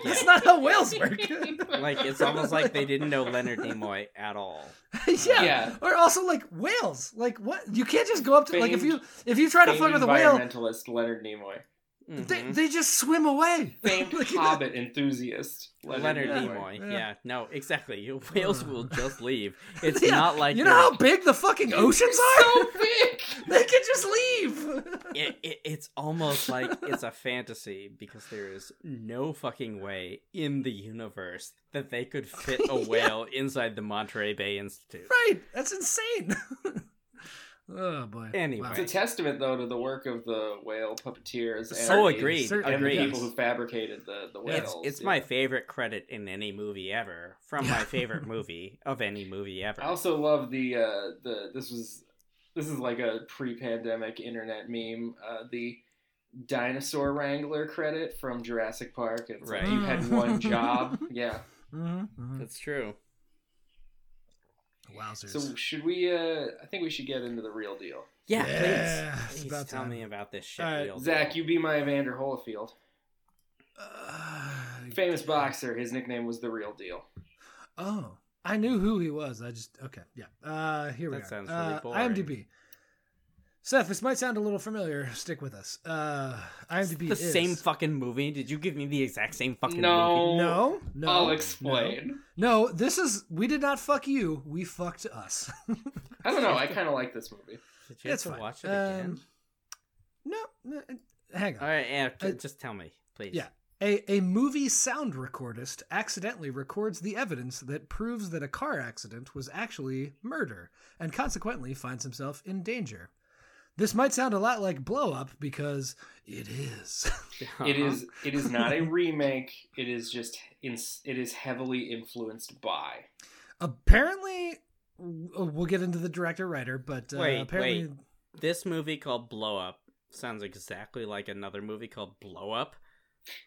F: that's not how
A: <laughs>
F: whales work <laughs>
A: Like it's almost like they didn't know Leonard Nimoy at all.
F: yeah.
E: Yeah.
F: or also like whales like what you can't just go up to like if you
E: Famed-
F: if you try to fuck
E: Famed
F: with a whale
E: environmentalist Leonard Nimoy,
F: they,
A: Mhm.
F: they just swim away
E: <laughs>
F: <laughs>
E: famed
F: Like,
E: Hobbit <laughs> enthusiast Leonard,
A: Leonard Nimoy.
E: Nimoy.
F: Yeah.
A: Yeah. no, exactly.
F: <laughs>
A: Your whales will just leave. It's
F: yeah,
A: not like
F: you know how big the fucking oceans are
E: So <laughs> big.
F: They can just leave. <laughs>
A: it, it, it's almost like it's a fantasy because there is no fucking way in the universe that they could fit a
F: <laughs> Yeah.
A: whale inside the Monterey Bay Institute.
F: right. That's insane. <laughs> oh boy.
A: Anyway.
E: It's a testament, though, to the work of the whale puppeteers. and
A: So
E: the-
A: agreed.
F: certainly
E: And the
A: Agreed.
E: people who fabricated the the
A: It's
E: whales.
A: it's
E: yeah.
A: my favorite credit in any movie ever from
F: <laughs>
A: my favorite movie of any movie ever.
E: I also love the uh, the this was this is like a pre-pandemic internet meme. Uh, the dinosaur wrangler credit from Jurassic Park. It's like,
A: Right.
E: you
A: <laughs>
E: had one job. Yeah.
F: Mhm, mhm.
A: That's true.
F: Wowzers.
E: So should we? Uh, I think we should get into the real deal.
A: Yeah,
F: Yeah, it's
A: please, please
F: about
A: tell
F: time.
A: me about this shit.
F: All right,
A: whale
E: Zach,
A: deal.
E: you be my Evander Holyfield.
F: Uh, I-
E: Famous boxer. His nickname was the Real Deal.
F: Oh, I knew who he was. I just okay, yeah. Uh, here we
A: That
F: go.
A: sounds really boring.
F: IMDb. Seth, this might sound a little familiar. <laughs> Stick with us. Uh, IMDb
A: the
F: is
A: same fucking movie. Did you give me the exact same fucking movie?
E: no,
F: no, no.
E: I'll explain.
F: No. no, this is we did not fuck you. We fucked us. <laughs>
E: I don't know. I kind of like this movie.
A: Did you
F: It's
A: have to
F: fine.
A: watch it again?
F: Um, no, no, hang on.
A: All right, yeah,
F: uh,
A: just tell me, please. <laughs>
F: yeah. A, a movie sound recordist accidentally records the evidence that proves that a car accident was actually murder and consequently finds himself in danger. This might sound a lot like Blow Up because it is. <laughs>
E: It
F: Uh-huh.
A: Uh-huh.
E: is. It is not a remake. It is just. In, it is heavily influenced by.
F: apparently, w- we'll get into the director writer, but uh,
A: Wait,
F: apparently,
A: wait. This movie called Blow Up sounds exactly like another movie called Blow Up.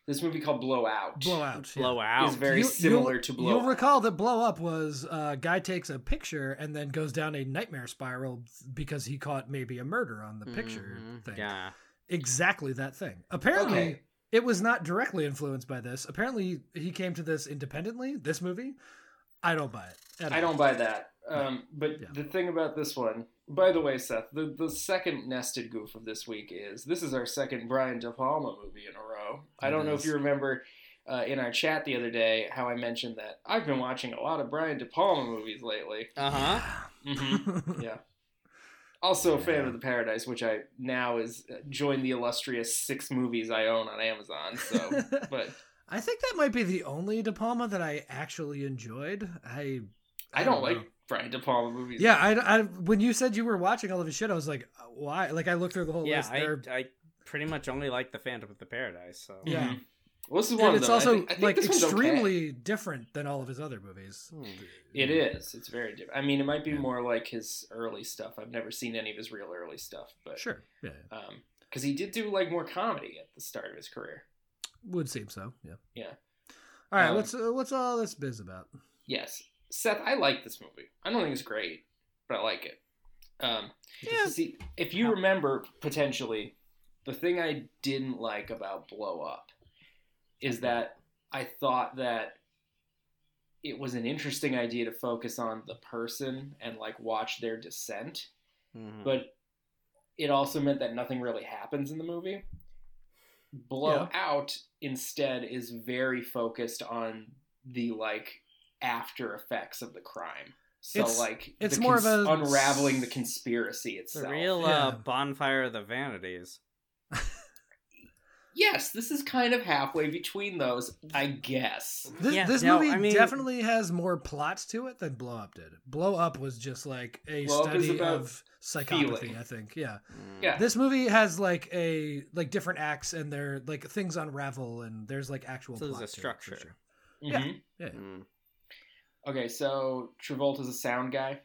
E: This movie called Blowout.
F: Blowout. yeah.
A: Blow Out.
E: Is very similar to Blow
F: You'll
E: Up.
F: recall that blow up was uh, guy takes a picture and then goes down a nightmare spiral because he caught maybe a murder on the picture
A: Mhm,
F: thing.
A: Yeah.
F: Exactly that thing. Apparently,
E: Okay.
F: it was not directly influenced by this. Apparently, he came to this independently. This movie, I don't buy it. at
E: I
F: all. <sighs>
E: don't <laughs> buy that. Um, but
F: Yeah.
E: the thing about this one, by the way, Seth, the, the second nested goof of this week is this is our second Brian De Palma movie in a row. I
F: It
E: don't know if
F: is.
E: you remember uh, in our chat the other day how I mentioned that I've been watching a lot of Brian De Palma movies lately.
A: Uh
F: Uh-huh.
A: huh.
F: Mm-hmm. <laughs>
E: Mhm. yeah. Also a fan
A: Yeah.
E: of the Paradise, which I now is uh, joined the illustrious six movies I own on Amazon. So, but
F: <laughs> I think that might be the only De Palma that I actually enjoyed. I
E: I don't
F: know.
E: like Brian De Palma movies.
F: Yeah, I, I when you said you were watching all of his shit, I was like, uh, why? Like I looked through the whole
A: Yeah,
F: list.
A: I,
F: there.
A: I pretty much only like The Phantom of the Paradise, so.
F: yeah.
E: Mhm. Well, this is
F: and
E: one. of
F: it's
E: them. I
F: also
E: think- I think
F: like
E: this one's okay.
F: extremely different than all of his other movies.
A: Hmm.
E: It is. It's very different. I mean, it might be more like his early stuff. I've never seen any of his real early stuff, but
F: Sure, yeah,
E: because he did do like more comedy at the start of his career.
F: would seem so. Yeah,
E: Yeah.
F: All right,
E: Um,
F: what's uh, what's all this biz about?
E: Yes, Seth, I like this movie. I don't think it's great, but I like it. Um,
F: Yeah.
E: See, if you remember potentially, the thing I didn't like about Blow Up is that I thought that it was an interesting idea to focus on the person and like watch their descent.
F: Hmm.
A: Mhm.
E: but it also meant that nothing really happens in the movie. Blowout instead is very focused on the like after effects of the crime. So
F: It's-
E: like
F: it's
E: the
F: more of a-
E: unraveling the conspiracy
A: the
E: itself.
A: real
F: Yeah.
A: uh, bonfire of the vanities.
E: Yes, this is kind of halfway between those, I guess.
F: This,
A: Yeah,
F: this
A: no,
F: movie
A: I mean-
F: definitely has more plots to it than Blow Up did. Blow Up was just like a
E: Blow Up is
F: study
E: about
F: of psychopathy.
E: feeling.
F: I think, yeah.
E: Yeah.
F: This movie has like a like different acts and they're like things unravel and there's like actual.
A: So there's a
F: plot to it, for
A: structure.
F: sure.
E: Mhm.
F: Yeah.
A: Mm.
E: Okay, so Travolta's a sound guy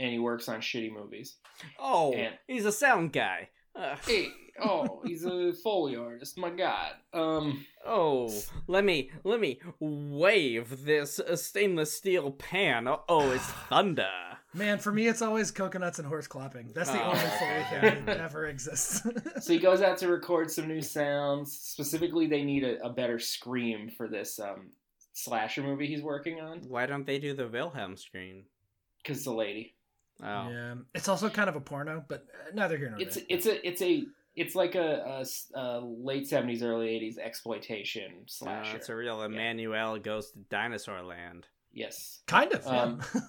E: and he works on shitty movies.
A: Oh,
E: And-
A: he's a sound guy. Ugh.
E: Hey, oh, he's a foley artist. My god. Um
A: Oh, let me let me wave this uh, stainless steel pan. Oh, oh,
F: <sighs>
A: it's thunder.
F: Man, for me, it's always coconuts and horse clopping. That's the
E: Ah,
A: Oh,
F: only
A: okay.
F: Foley thing that <laughs> ever
E: <laughs>
F: exists.
E: so he goes out to record some new sounds. Specifically, they need a, a better scream for this um, slasher movie he's working on
A: Why don't they do the Wilhelm scream?
E: because the lady.
A: Oh,
F: Yeah, it's also kind of a porno, but uh, neither here nor
E: It's
F: there.
E: it's a it's a it's like a, a s- a late seventies early eighties exploitation
A: Uh,
E: slasher.
A: it's a real Emmanuel goes to Dinosaur Land.
E: yes,
F: kind of.
E: Um,
F: yeah.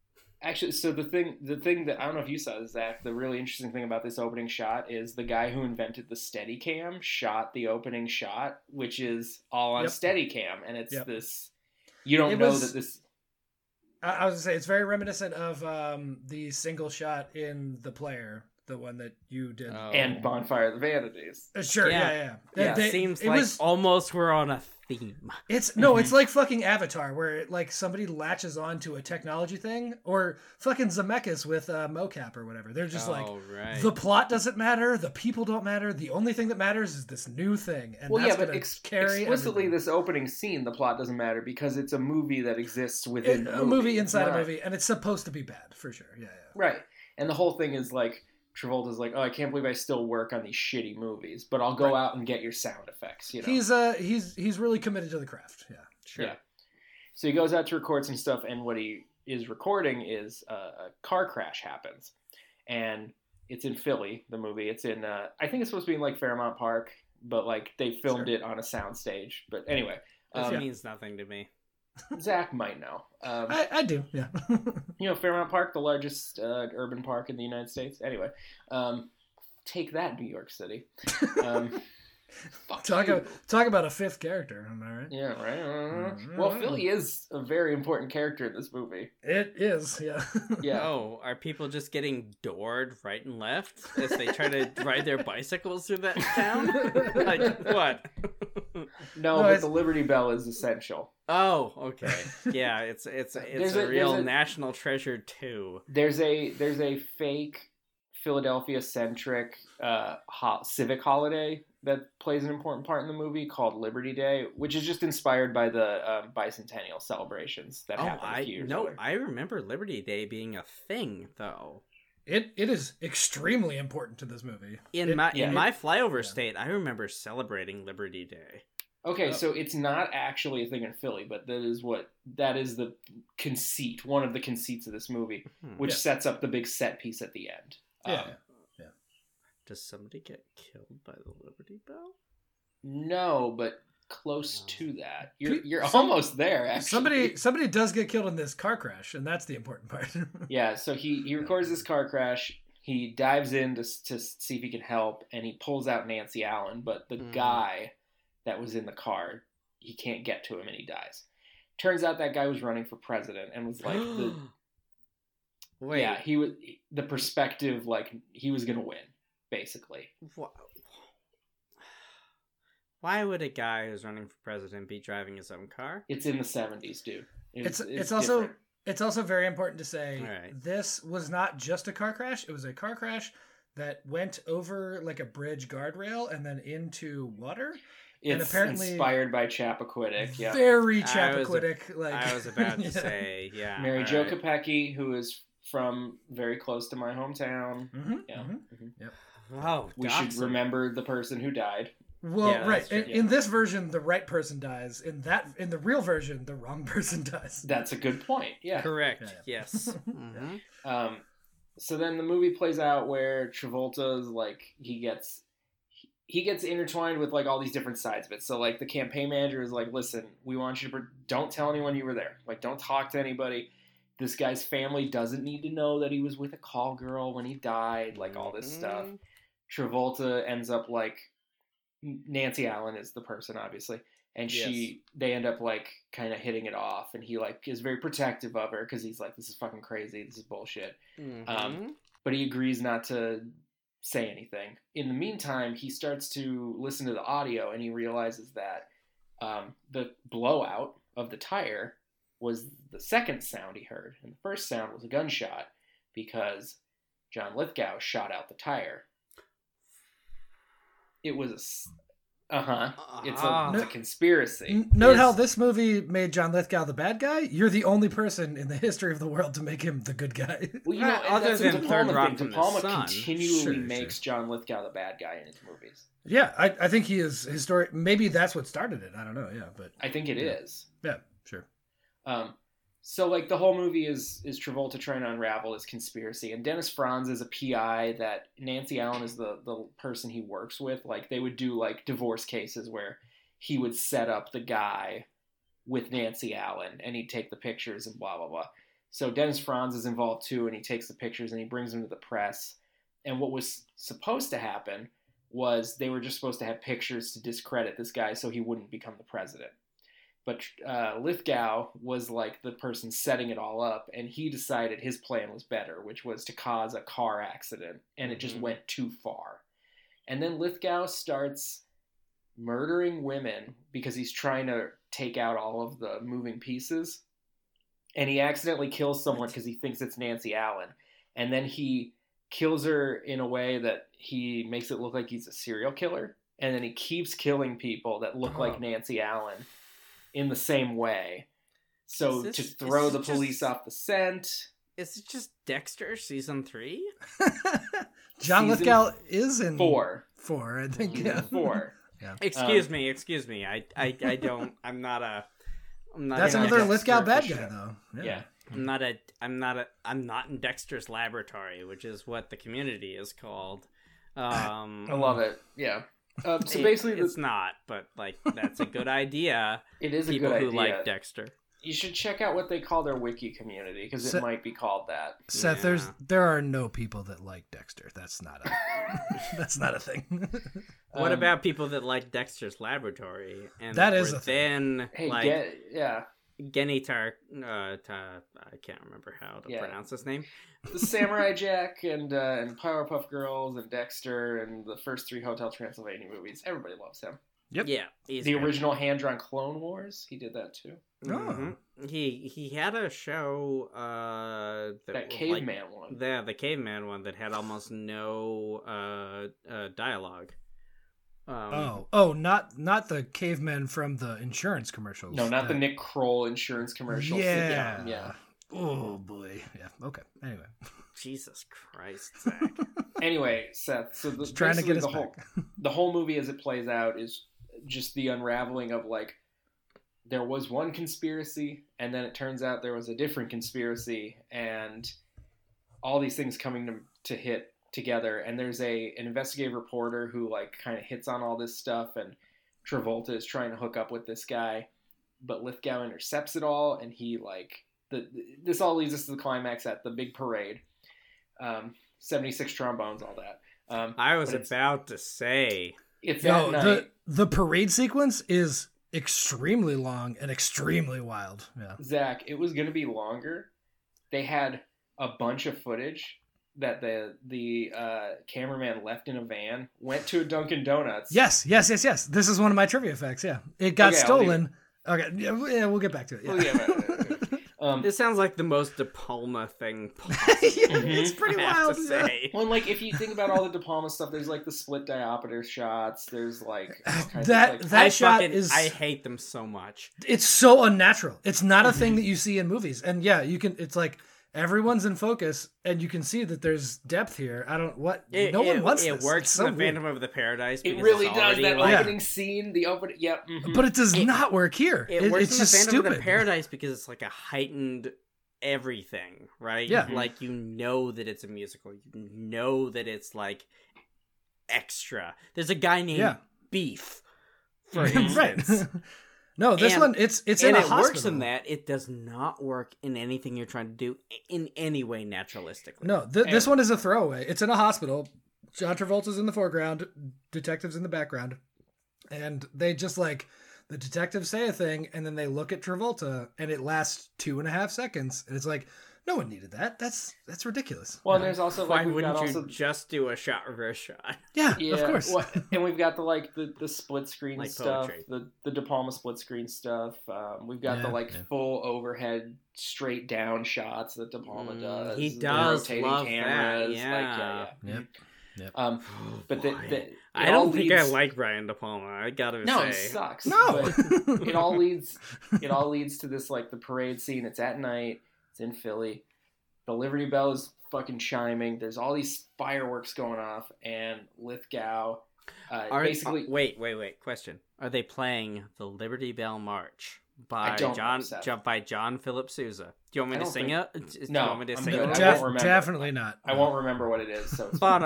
F: <laughs>
E: actually. So the thing the thing that I don't know if you saw this, Zach. The really interesting thing about this opening shot is the guy who invented the Steadicam shot the opening shot, which is all on
F: Yep.
E: Steadicam, and it's
F: Yep.
E: this. You don't
F: It
E: know
F: was-
E: that this.
F: I, I was gonna say it's very reminiscent of um, the single shot in the player, the one that you did.
A: Oh.
E: And Bonfire of the Vanities.
F: Uh, sure,
A: Yeah.
F: yeah, yeah.
E: Yeah,
A: it
F: They-
A: seems
F: it
A: like
F: was-
A: almost we're on a theme.
F: It's no,
E: Mhm.
F: it's like fucking Avatar, where it, like somebody latches on to a technology thing, or fucking Zemeckis with uh, mocap or whatever. They're just like,
A: Oh, right.
F: the plot doesn't matter, the people don't matter. The only thing that matters is this new thing, and
E: well,
F: that's
E: yeah, but
F: gonna
E: ex-
F: carry
E: explicitly,
F: everything.
E: this opening scene, the plot doesn't matter because it's a movie that exists within
F: It-
E: the
F: a movie
E: It's
F: inside
E: not-
F: a movie, and it's supposed to be bad for sure. Yeah, yeah.
E: right? And the whole thing is like Travolta's like, "Oh, I can't believe I still work on these shitty movies, but I'll go out and get your sound effects." You know,
F: He's uh he's he's really committed to the craft. Yeah.
A: Sure.
E: Yeah. So he goes out to record some stuff, and what he is recording is uh, a car crash happens, and it's in Philly. The movie. It's in. Uh, I think it's supposed to be in like Fairmount Park, but like they filmed
F: Sure.
E: it on a soundstage. But anyway,
A: This
E: um,
A: means nothing to me.
E: Zach might know. Um,
F: I, I do. Yeah. <laughs>
E: you know Fairmount Park, the largest uh, urban park in the United States. Anyway, um, take that, New York City.
F: <laughs>
E: Um, fuck
F: talk
E: you.
F: a, talk about a fifth character. Am I right?
E: Yeah, right.
F: Mhm.
E: Well, Philly is a very important character in this
F: <laughs>
E: movie.
F: It is. Yeah. <laughs>
E: Yeah.
A: Oh, are people just getting doored right and left as they try to ride their bicycles through that town?
E: <laughs>
A: like what?
E: No,
F: No,
E: but
F: it's-
E: the Liberty Bell is essential.
A: oh, okay. Yeah, it's it's
E: There's
A: it's
E: a-
A: a,
E: there's
A: real
E: a-
A: national treasure too.
E: There's a there's a fake Philadelphia centric uh, ho- civic holiday that plays an important part in the movie called Liberty Day, which is just inspired by the um, bicentennial celebrations that
A: Oh,
E: happened a few
A: I
E: years
A: no,
E: later.
A: I remember Liberty Day being a thing though.
F: It it is extremely important to this movie.
A: In
F: It-
A: my
E: yeah.
A: in my flyover
F: Yeah.
A: state, I remember celebrating Liberty Day.
E: Okay, so it's not actually a thing in Philly, but that is what that is the conceit, one of the conceits of this movie,
A: Hmm.
F: Mm-hmm.
E: which
F: Yeah.
E: sets up the big set piece at the end.
F: Yeah.
E: Um,
A: Does somebody get killed by the Liberty Bell?
E: No, but close
A: Wow.
E: to that. You're
F: Pe-
E: you're
F: some-
E: almost there. Actually. <laughs>
F: Somebody somebody does get killed in this car crash, and that's the important part. <laughs>
E: Yeah. So he he records this car crash. He dives in to s- to see if he can help, and he pulls out Nancy Allen, but the
A: Mhm.
E: guy that was in the car, he can't get to him, and he dies. Turns out that guy was running for president and was <gasps> like
F: <gasps>
E: the
A: Wait,
E: yeah he was the perspective like he was gonna win basically.
A: <gasps> Wha- Why would a guy who's running for president be driving his own car?
E: It's in the seventies, dude.
F: It's- it's also-
E: different.
F: It's also very important to say
A: Alright.
F: this was not just a car crash. It was a car crash that went over like a bridge guardrail and then into water.
E: it's
F: and apparently-
E: inspired by Chappaquiddick. Yeah.
A: I
F: Very
A: was a-
F: Chappaquiddick. like
A: I was about to
F: <laughs>
E: <laughs>
F: Yeah.
A: say, yeah.
E: Mary
A: all
E: Jo
A: right.
E: Kopecki, who is from very close to my hometown.
F: Mhm,
E: Yeah.
F: mhm.
A: Oh,
E: We
A: dox
E: should
A: him.
E: remember the person who died.
F: Well,
A: Yeah,
F: right.
A: that's true.
F: In, in this version, the right person dies. In that, in the real version, the wrong <laughs> person dies.
E: That's a good point. Yeah.
A: Correct.
F: Yeah, yeah.
A: Yes. Mhm.
E: Um, so then the movie plays out where Travolta's like he gets he gets intertwined with like all these different sides of it. So like the campaign manager is like, "Listen, we want you to pr- don't tell anyone you were there. Like don't talk to anybody. This guy's family doesn't need to know that he was with a call girl when he died. Like all this stuff."
A: Mhm.
E: Travolta ends up like Nancy Allen is the person, obviously, and she they end up like kind of hitting it off, and he like is very protective of her because he's like, "This is fucking crazy. This is bullshit."
A: Mm-hmm.
E: Um, But he agrees not to say anything. In the meantime, he starts to listen to the audio, and he realizes that um, the blowout of the tire was the second sound he heard, and the first sound was a gunshot because John Lithgow shot out the tire it was uh huh. It's a,
A: Ah.
E: it's a conspiracy.
F: N- Note
E: It's-
F: how this movie made John Lithgow the bad guy. You're the only person in the history of the world to make him the good guy. <laughs>
E: well, you know,
A: Right,
E: and
A: Uh, other
E: that's
A: than
E: a De
A: Third
E: Palma
A: Rock
E: thing.
A: from
E: De
A: the
E: Palma
A: Sun.
E: continually
F: Sure,
E: makes John Lithgow the bad guy in his movies.
F: yeah, I, I think he is historic. Maybe that's what started it. I don't know. Yeah, but
E: I think it is.
F: Yeah. yeah, sure. <laughs>
E: Um, so like the whole movie is is Travolta trying to unravel this conspiracy, and Dennis Franz is a PI that Nancy Allen is the the person he works with. Like they would do like divorce cases where he would set up the guy with Nancy Allen, and he'd take the pictures and blah blah blah. So Dennis Franz is involved too, and he takes the pictures and he brings them to the press. And what was supposed to happen was they were just supposed to have pictures to discredit this guy so he wouldn't become the president but uh, Lithgow was like the person setting it all up, and he decided his plan was better, which was to cause a car accident, and it just
A: Mhm.
E: went too far. And then Lithgow starts murdering women because he's trying to take out all of the moving pieces, and he accidentally kills someone because he thinks it's Nancy Allen, and then he kills her in a way that he makes it look like he's a serial killer, and then he keeps killing people that look
A: Oh.
E: like Nancy Allen in the same way. So
A: Is this-
E: to
A: is
E: throw
A: this
E: the
A: just-
E: police off the scent.
A: Is it just Dexter season three?
E: Uh,
F: John
E: Season
F: Lithgow is
A: Mm.
F: in
E: Four.
F: Four, I think.
E: Season
F: Yeah.
A: <laughs>
E: Four.
A: Excuse
E: Um,
A: me, excuse me. I, I, I don't. <laughs> I'm not a. I'm not
F: <laughs> That's
A: a
F: another
A: Dexter
F: Lithgow bad guy,
A: aficionado.
F: though.
E: Yeah.
A: I'm not a I'm not a I'm not in Dexter's laboratory, which is what the community is called. Um
F: <laughs>
E: I
F: Oh,
E: love it. Yeah. Uh, so
A: it-
E: basically,
A: it's
E: it's,
A: not, but like that's a good
E: <laughs>
A: idea.
E: it is a
A: People
E: good
A: who
E: idea.
A: like Dexter.
E: you should check out what they call their wiki community because it
F: So-
E: might be called that.
F: Seth, there's
A: Yeah.
F: there are no people that like Dexter. That's not a <laughs> that's not a thing. <laughs>
A: what
E: Um,
A: about people that like Dexter's laboratory and
F: That is
A: were
F: a thing.
A: then
E: Hey,
A: like
E: get yeah
A: Genitar uh, ta, I can't remember how to
E: Yeah.
A: pronounce his name.
E: the Samurai Jack and uh, and Powerpuff Girls and Dexter and the first three Hotel Transylvania movies. Everybody loves him.
F: Yep.
A: Yeah. He's
E: the
A: great.
E: original hand drawn Clone Wars. He did that too.
A: Mhm.
F: Oh.
A: He he had a show uh
E: That,
A: was, like,
E: caveman one.
A: Yeah, the caveman one that had almost no uh, uh dialogue. Um,
F: Oh, oh, not not the cavemen from the insurance commercials.
E: no, not the
F: Uh,
E: Nick Kroll insurance commercial.
F: Yeah.
E: sitcom, yeah.
F: Oh boy. Yeah. Okay.
E: <laughs>
F: Anyway,
A: Jesus Christ, <laughs> Zach!
E: Anyway, Seth. So the,
F: just trying to
E: basically
F: get us
E: the whole
F: back.
E: the whole movie as it plays out is just the unraveling of like there was one conspiracy and then it turns out there was a different conspiracy and all these things coming to, to hit together and there's a an investigative reporter who like kind of hits on all this stuff and Travolta is trying to hook up with this guy but Lithgow intercepts it all and he like the this all leads us to the climax at the big parade um 76 trombones all that um
A: I was
E: But it's-
A: about to say
E: it's
F: No,
E: that night.
F: the the parade sequence is extremely long and extremely wild. Yeah.
E: Zach, it was going to be longer. They had a bunch of footage that the the uh, cameraman left in a van, went to a Dunkin' Donuts.
F: Yes. Yes. Yes. Yes. This is one of my trivia facts. Yeah. It got
E: Okay, I'll leave
F: stolen. Okay. Yeah, we- yeah. We'll get back to it. Yeah.
E: Well,
F: <laughs>
E: yeah, but- Um,
A: this sounds like the most De Palma thing
F: Yeah,
A: possible.
F: It's pretty
A: <laughs> I have
F: wild.
A: to
F: yeah.
A: say.
E: well, and, like if you think about all the De Palma stuff, there's like the split diopter shots. There's like all kinds
F: That-
E: of, like,
F: that-
A: I
F: shot
A: fucking,
F: is-
A: I hate them so much.
F: It's so unnatural. It's not a
A: Mm-hmm.
F: thing that you see in movies. And yeah, you can. It's like everyone's in focus, and you can see that there's depth here. I don't what.
A: It,
F: no one
A: it-
F: wants
A: It
F: this.
A: works
F: It's so
A: in the
F: weird.
A: Phantom of the Paradise.
E: it
A: because
E: really
A: it's
E: does
A: already,
E: that
A: like,
F: Yeah.
E: opening scene, the opening. Yep. mhm.
F: But it does not work here.
A: It,
F: It-
A: works
F: it's
A: in the
F: just
A: Phantom
F: stupid. <laughs>
A: of the Paradise because it's like a heightened everything, right?
F: Yeah.
E: Mm-hmm.
A: Like you know that it's a musical. You know that it's like extra. There's a guy named
F: Yeah.
A: Beef.
E: <laughs>
A: For
F: right.
A: instance.
F: no, this
A: And-
F: one it's it's
A: and
F: in a
A: it works
F: hospital.
A: in that. It does not work in anything you're trying to do in any way naturalistically.
F: No, th- this
E: And-
F: one is a throwaway. It's in a hospital. John Travolta's in the foreground, detectives in the background, and they just like the detectives say a thing, and then they look at Travolta, and it lasts two and a half seconds, and it's like no one needed that. That's that's ridiculous.
E: Well, and there's also
A: Why
E: like we've
A: wouldn't
E: got
A: you
E: also
A: just do a shot reverse shot?
F: yeah,
E: Yeah,
F: of course.
E: well, and we've got the like the, the split screen
A: Like
E: stuff,
A: poetry.
E: the the De Palma split screen stuff. Um, we've got the
F: Yeah,
E: like
F: yeah.
E: full overhead, straight down shots that De Palma
A: Mm,
E: does.
A: he
E: the
A: does
E: rotating
A: love that,
E: cameras, like,
A: yeah.
F: Yep, yep.
E: Um, but the,
A: Boy. <sighs>
E: the, it
A: I
E: all
A: don't think I
E: leads-
A: like Brian De Palma. I gotta
E: No,
A: say.
E: it sucks.
F: <laughs> no,
E: <laughs> but
A: <laughs>
E: it all leads. It all leads to this like the parade scene. It's at night. It's in Philly. The Liberty Bell is fucking chiming. There's all these fireworks going off, and Lithgow. Uh,
A: Are,
E: basically,
A: uh, wait, wait, wait. Question: Are they playing the Liberty Bell March by
E: I don't know,
A: John
E: Seth.
A: Jo- by John Philip Sousa? Do you want me
E: I
A: to
E: don't
A: sing
E: think-
A: it? Do you
E: No,
A: want me to
E: I'm
A: sing
E: good.
A: it?
E: I
F: Def-
E: won't remember.
F: definitely not.
E: I won't remember what it is. So
A: <laughs>
E: it's fine.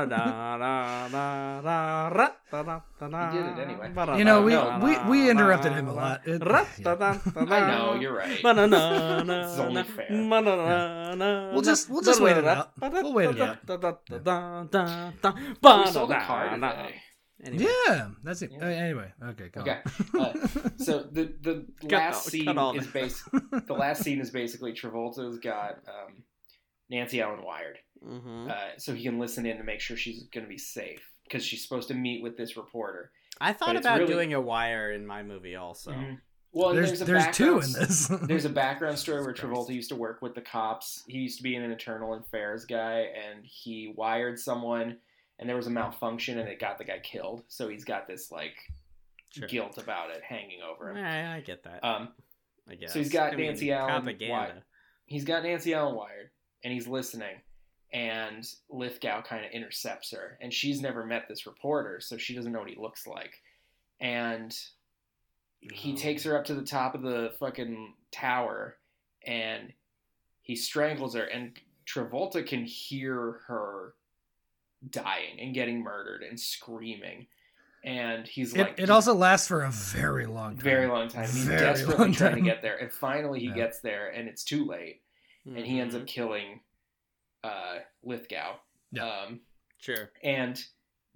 A: He
E: He did it anyway.
F: You know, we,
E: No.
F: we, we interrupted
A: <laughs>
F: him a lot. It- yeah.
E: I
A: uh,
E: know you're right. It's only fair.
A: We'll
F: We'll just- we'll just wait it out. We'll wait it out.
E: We sold a car today.
F: <laughs> Yeah, that's it.
E: Yeah.
F: Uh, anyway, okay, go
E: Okay.
F: on.
E: Uh, so the
A: <laughs>
E: the
A: Cut
E: last
A: all-
E: scene
A: cut all
E: is
A: that.
E: bas-
F: <laughs>
E: the last scene is basically Travolta's got um, Nancy Allen wired,
A: Mhm.
E: uh, so he can listen in to make sure she's going to be safe because she's supposed to meet with this reporter.
A: I thought
E: but it's
A: about
E: really-
A: doing a wire in my movie also.
E: Mhm. Well, and
F: there's
E: there's a
F: there's two
E: background-
F: in this.
E: there's a
A: <laughs>
E: background story where
A: Jesus Christ.
E: Travolta used to work with the cops. He used to be an internal affairs guy, and he wired someone, and there was a malfunction, and it got the guy killed. So he's got this like
A: Sure.
E: guilt about it hanging over him.
A: Yeah, I get that.
E: Um,
A: I guess.
E: he's got
A: I mean,
E: Nancy Allen
A: Propaganda.
E: He's got Nancy Allen wired. and he's listening. And Lithgow kind of intercepts her, and she's never met this reporter, so she doesn't know what he looks like. And he
A: Oh.
E: takes her up to the top of the fucking tower, and he strangles her. And Travolta can hear her dying and getting murdered and screaming. And
F: <laughs>
E: he's
F: It,
E: like,
F: it also lasts for a very long time.
E: very long time. And he's
F: Very
E: desperately
F: long
E: trying to
F: time.
E: get there, and finally he
F: Yeah.
E: gets there, and it's too late, and he
A: Mm-hmm.
F: Mm-hmm.
E: ends up killing uh, Lithgow.
F: Yeah.
E: Um,
A: Sure.
E: and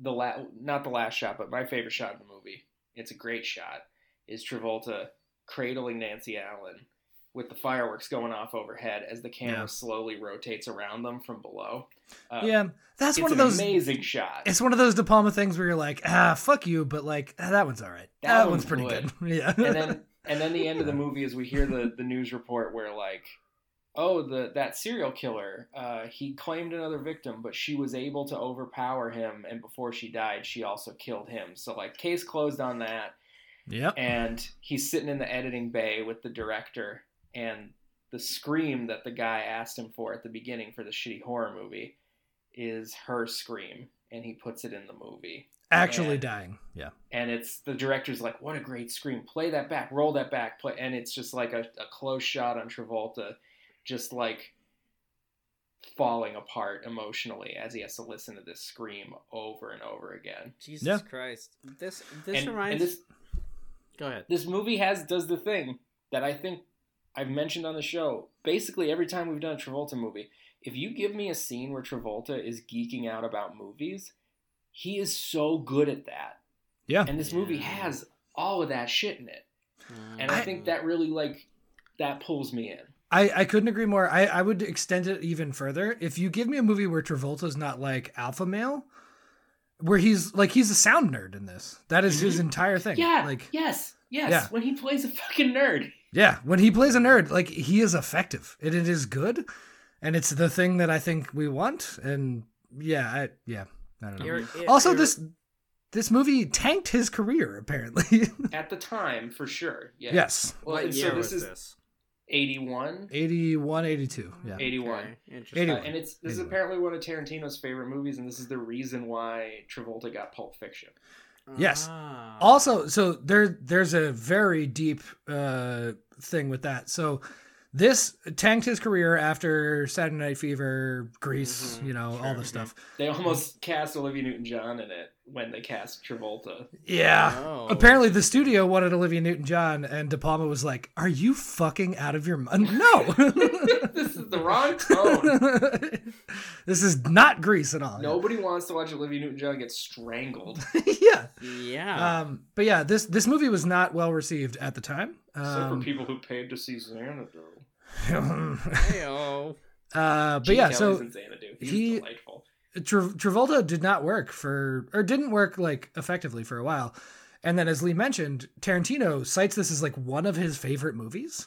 E: the la- not the last shot, but my favorite shot in the movie. It's a great shot. Is Travolta cradling Nancy Allen with the fireworks going off overhead as the camera
F: Yeah.
E: slowly rotates around them from below. Uh,
F: Yeah, that's
E: it's
F: one of
E: an
F: those.
E: amazing shot.
F: It's one of those De Palma things where you're like, ah, fuck you, but like ah, that one's all right. That,
E: That
F: one's
E: one's
F: pretty
E: good.
F: good. <laughs> yeah.
E: and then and then the end of the movie is we hear the the news report where like oh the that serial killer uh, he claimed another victim but she was able to overpower him and before she died she also killed him so like case closed on that
F: yep.
E: and he's sitting in the editing bay with the director and the scream that the guy asked him for at the beginning for the shitty horror movie is her scream and he puts it in the movie
F: Actually
E: and-
F: dying. Yeah.
E: and it's the director's like, "What a great screen! Play that back, roll that back, play." And it's just like a, a close shot on Travolta, just like falling apart emotionally as he has to listen to this scream over and over again.
A: Jesus
F: Yeah.
A: Christ. This this
E: and,
A: reminds.
E: and this
A: Go ahead.
E: this movie has does the thing that I think I've mentioned on the show. Basically, every time we've done a Travolta movie, if you give me a scene where Travolta is geeking out about movies, he is so good at that.
F: Yeah.
E: And this
A: Yeah.
E: movie has all of that shit in it.
A: Mm.
E: and I,
F: I-
E: think that really like that pulls me in.
F: I, I couldn't agree more. I, I would extend it even further. If you give me a movie where Travolta's not like alpha male, where he's like he's a sound nerd in this. That is his entire thing.
E: Mm-hmm. Yeah,
F: Like
E: yes, yes.
F: Yeah.
E: When he plays a fucking nerd, <laughs>
F: yeah, when he plays a nerd, like he is effective. And it is good. And it's the thing that I think we want. And yeah, I yeah. I don't know.
A: You're- it-
F: Mm-hmm. also
A: you're-
F: this this movie tanked his career apparently <laughs>
E: at the time for sure. Yeah.
F: yes
E: Well,
A: What
E: and
A: year
E: so this
A: was
E: is
A: this?
E: 81,
F: 81 82 yeah
E: 81.
A: Okay, interesting.
E: Uh,
F: 81.
E: and it's this is
F: 81.
E: apparently one of Tarantino's favorite movies, and this is the reason why Travolta got Pulp Fiction.
F: Yes.
A: Ah.
F: also so there there's a very deep uh thing with that so this tanked his career after saturday night fever grease
A: Mhm,
F: you know all
A: sure,
F: this stuff <laughs>
E: They almost cast Olivia Newton-John in it when they
F: <laughs>
E: cast Travolta. <laughs>
F: yeah
A: Oh.
F: uh, Apparently, the studio wanted Olivia Newton John, and De Palma was like, Are you fucking out of your mind?
E: <laughs>
F: No! <laughs>
E: this is the wrong tone.
F: this is not Grease at all.
E: Nobody wants to watch Olivia Newton-John get strangled.
F: <laughs> yeah.
A: Yeah.
F: Um, but yeah, this this movie was not well received at the time.
E: Except for
F: Um,
E: people who paid to see Xanadu.
F: <laughs>
A: Heyo.
F: uh, Um, but
E: Gene
F: yeah,
E: Kelly's
F: so
E: in Xanadu. He's
F: he-
E: delightful.
F: Tra- Travolta did not work for or didn't work like effectively for a while, and then as Lee mentioned, Tarantino cites this as like one of his favorite movies.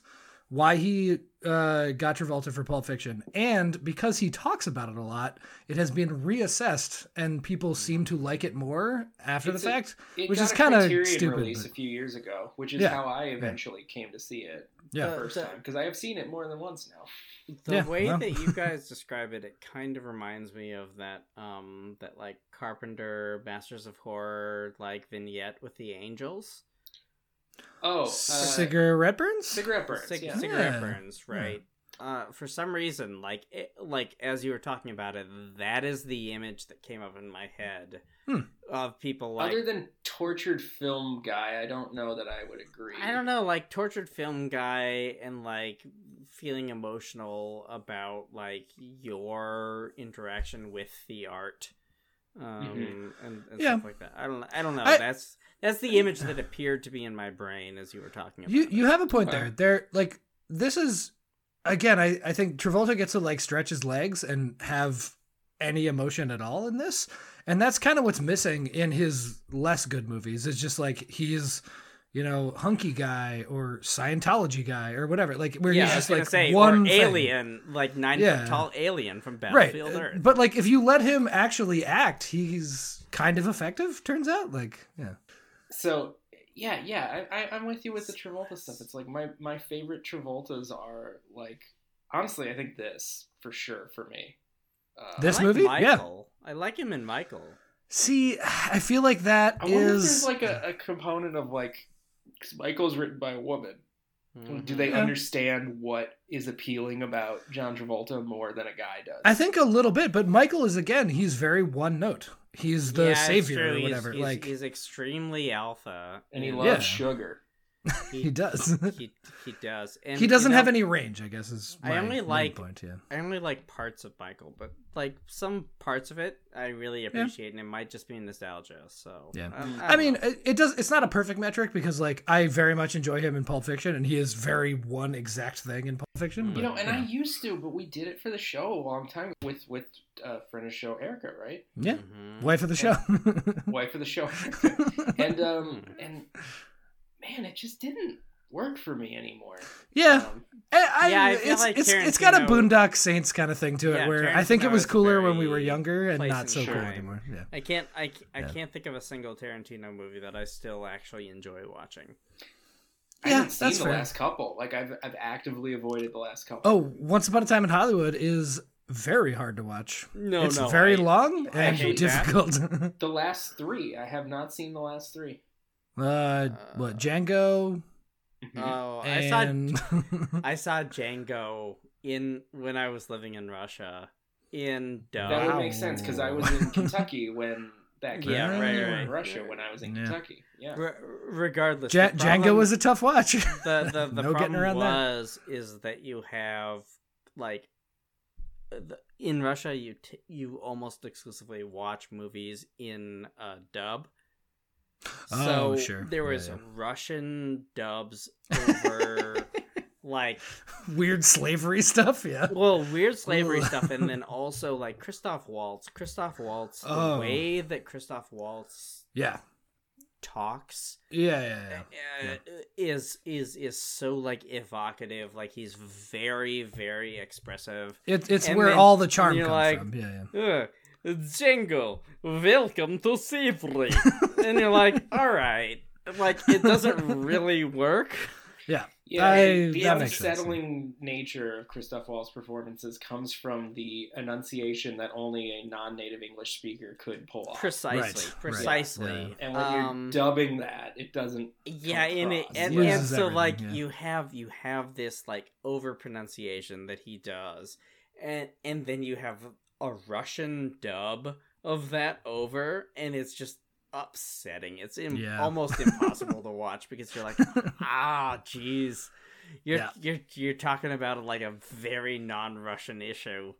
F: Why he uh, got Travolta for Pulp Fiction, and because he talks about it a lot, it has been reassessed, and people seem to like it more after
E: It's a-
F: the fact.
E: It
F: Which
E: got
F: is
E: a
F: kinda
E: Criterion
F: stupid,
E: Release
F: but-
E: a few years ago, which is
F: Yeah.
E: how I eventually came to see it
F: Yeah.
E: the
A: Uh,
E: first
A: the-
E: time because I have seen it more than once now.
A: The
F: Yeah,
A: way
F: well.
A: that you guys describe it, it kind of reminds me of that um that like Carpenter Masters of Horror like vignette with the angels.
E: Oh, uh,
F: Cigarette Redburns.
E: cigarette burns.
A: Cig-
E: yeah.
A: Cigarette
F: Yeah,
A: burns,
F: yeah.
A: right? Uh, for some reason, like it, like as you were talking about it, that is the image that came up in my head
F: Hmm.
A: of people like
E: Other than tortured film guy, I don't know that I would agree.
A: I don't know, like tortured film guy and like feeling emotional about like your interaction with the art, um, and, and
F: Yeah.
A: stuff like that. I don't, I don't know.
F: I-
A: that's that's the image that appeared to be in my brain as you were talking about.
F: You
A: it.
F: you have a point
E: Okay.
F: there. There like this is again, I, I think Travolta gets to like stretch his legs and have any emotion at all in this. And that's kind of what's missing in his less good movies. It's just like he's you know, hunky guy or Scientology guy or whatever. Like where
A: yeah,
F: he's
A: I was
F: just
A: gonna
F: like
A: say,
F: one
A: or
F: thing.
A: alien, like nine
F: Yeah.
A: foot tall alien from
F: Right.
A: Battlefield Earth.
F: But like if you let him actually act, he's kind of effective, turns out. Like, yeah.
E: So yeah, yeah, I, I, I'm with you with the Travolta stuff. It's like my my favorite Travoltas are like honestly, I think this for sure for me. Uh,
F: This
A: I like
F: movie? Yeah.
A: Michael. I like him in Michael.
F: See, I feel like that
E: I
F: is.
E: wonder if there's like a, a component of like because Michael's written by a woman.
A: Mm-hmm.
E: Do they
F: Yeah.
E: understand what is appealing about John Travolta more than a guy does?
F: I think a little bit, but Michael is again, he's very one note. He's the
A: Yeah, it's true.
F: savior or
A: He's-
F: whatever.
A: He's,
F: like
A: he's extremely alpha,
E: and he
A: and
E: loves
F: Yeah.
E: sugar.
A: <laughs>
F: he does. <laughs>
A: He he does. And
F: he
A: you
F: doesn't
A: know,
F: have any range, I guess is
A: I
F: my
A: only
F: main
A: like-
F: point, yeah.
A: I only like parts of Michael, but like some parts of it, I really appreciate, and it might just be nostalgia. So
F: Yeah.
A: um,
F: I
A: don't
F: mean,
A: know.
F: it it does it's not a perfect metric because like I very much enjoy him in Pulp Fiction and he is very one exact thing in Pulp Fiction.
A: You
F: but,
E: You know, and I used to, but we did it for the show a long time ago with with uh, friend of the show Erica, right?
F: Yeah.
A: Mhm.
F: Wife of the show. Hmm.
E: Wife of
F: <laughs>
E: the show, Erica. and um, and man, it just didn't work for me anymore.
F: yeah.
E: Um,
F: I, I,
A: Yeah, I feel
F: it's,
A: like
F: it's, it's got a
A: Tarantino-
F: Boondock Saints kind of thing to it
A: Yeah,
F: where I think it
A: Tarantino
F: was
A: is
F: cooler when we
A: very
F: were younger and
A: place
F: not
A: and
F: so cool
E: time.
F: anymore. Yeah.
A: I can't. I, c- I
F: Yeah.
A: can't think of a single Tarantino movie that I still actually enjoy watching.
E: I
F: Yeah,
E: haven't seen
F: that's
E: the
F: fair.
E: last couple. Like I've I've actively avoided the last couple.
F: Oh, Once Upon a Time in Hollywood is very hard to watch.
A: No,
F: it's
A: no,
F: very
A: I-
F: long
A: I
F: and
A: hate that.
F: difficult. <laughs>
E: The last three. I have not seen the last three.
F: uh, what Django?
A: Oh, I saw
F: Mm-hmm. <laughs> And
A: I saw Django in when I was living in Russia in Doe.
E: That would
F: Wow.
E: make sense because I was in Kentucky when
F: <laughs>
E: that came
A: Yeah,
E: out.
A: right,
E: You were in
A: right.
E: Russia when I was in
F: Yeah.
E: Kentucky. Yeah.
A: Re- regardless,
F: Ja-
A: the
F: Django
A: problem-
F: was a tough watch. <laughs>
A: the the, the
F: no
A: problem
F: getting around that.
A: was is that you have like the, in Russia you t- you almost exclusively watch movies in uh, dub. So
F: Oh, sure.
A: there
F: Yeah,
A: was
F: yeah.
A: Russian dubs
F: <laughs>
A: over like
F: Weird slavery stuff. Yeah.
A: well weird slavery
F: Ugh.
A: stuff
F: <laughs>
A: and then also like Christoph Waltz. Christoph Waltz the
F: Oh.
A: way that Christoph Waltz
F: Yeah.
A: talks
F: Yeah. Yeah. yeah.
A: uh, is is is so like evocative like he's very very expressive
F: It, it's
A: And
F: where
A: then-
F: all the charm
A: you're
F: comes
A: like-
F: from. Yeah. Yeah.
A: uh, jingle welcome to
F: <laughs>
A: safely and you're like all right like it doesn't really work
F: Yeah.
E: Yeah,
F: I-
E: and the
F: that makes sense.
E: unsettling nature of Christoph Waltz's performances comes from the enunciation that only a non-native English speaker could pull off.
A: precisely
F: <laughs> Right, right.
A: precisely
F: Yeah.
E: And when
A: Um,
E: you're dubbing that, it doesn't.
A: yeah
E: come
A: and, it,
E: across.
A: and,
F: Loses
A: and so
F: everything,
A: like
F: yeah.
A: you have you have this like over pronunciation that he does and and then you have a russian dub of that over and it's just upsetting it's im-
F: Yeah.
A: almost impossible
F: <laughs>
A: to watch because you're like <laughs> ah jeez you're
F: Yeah.
A: you're you're talking about like a very non-russian issue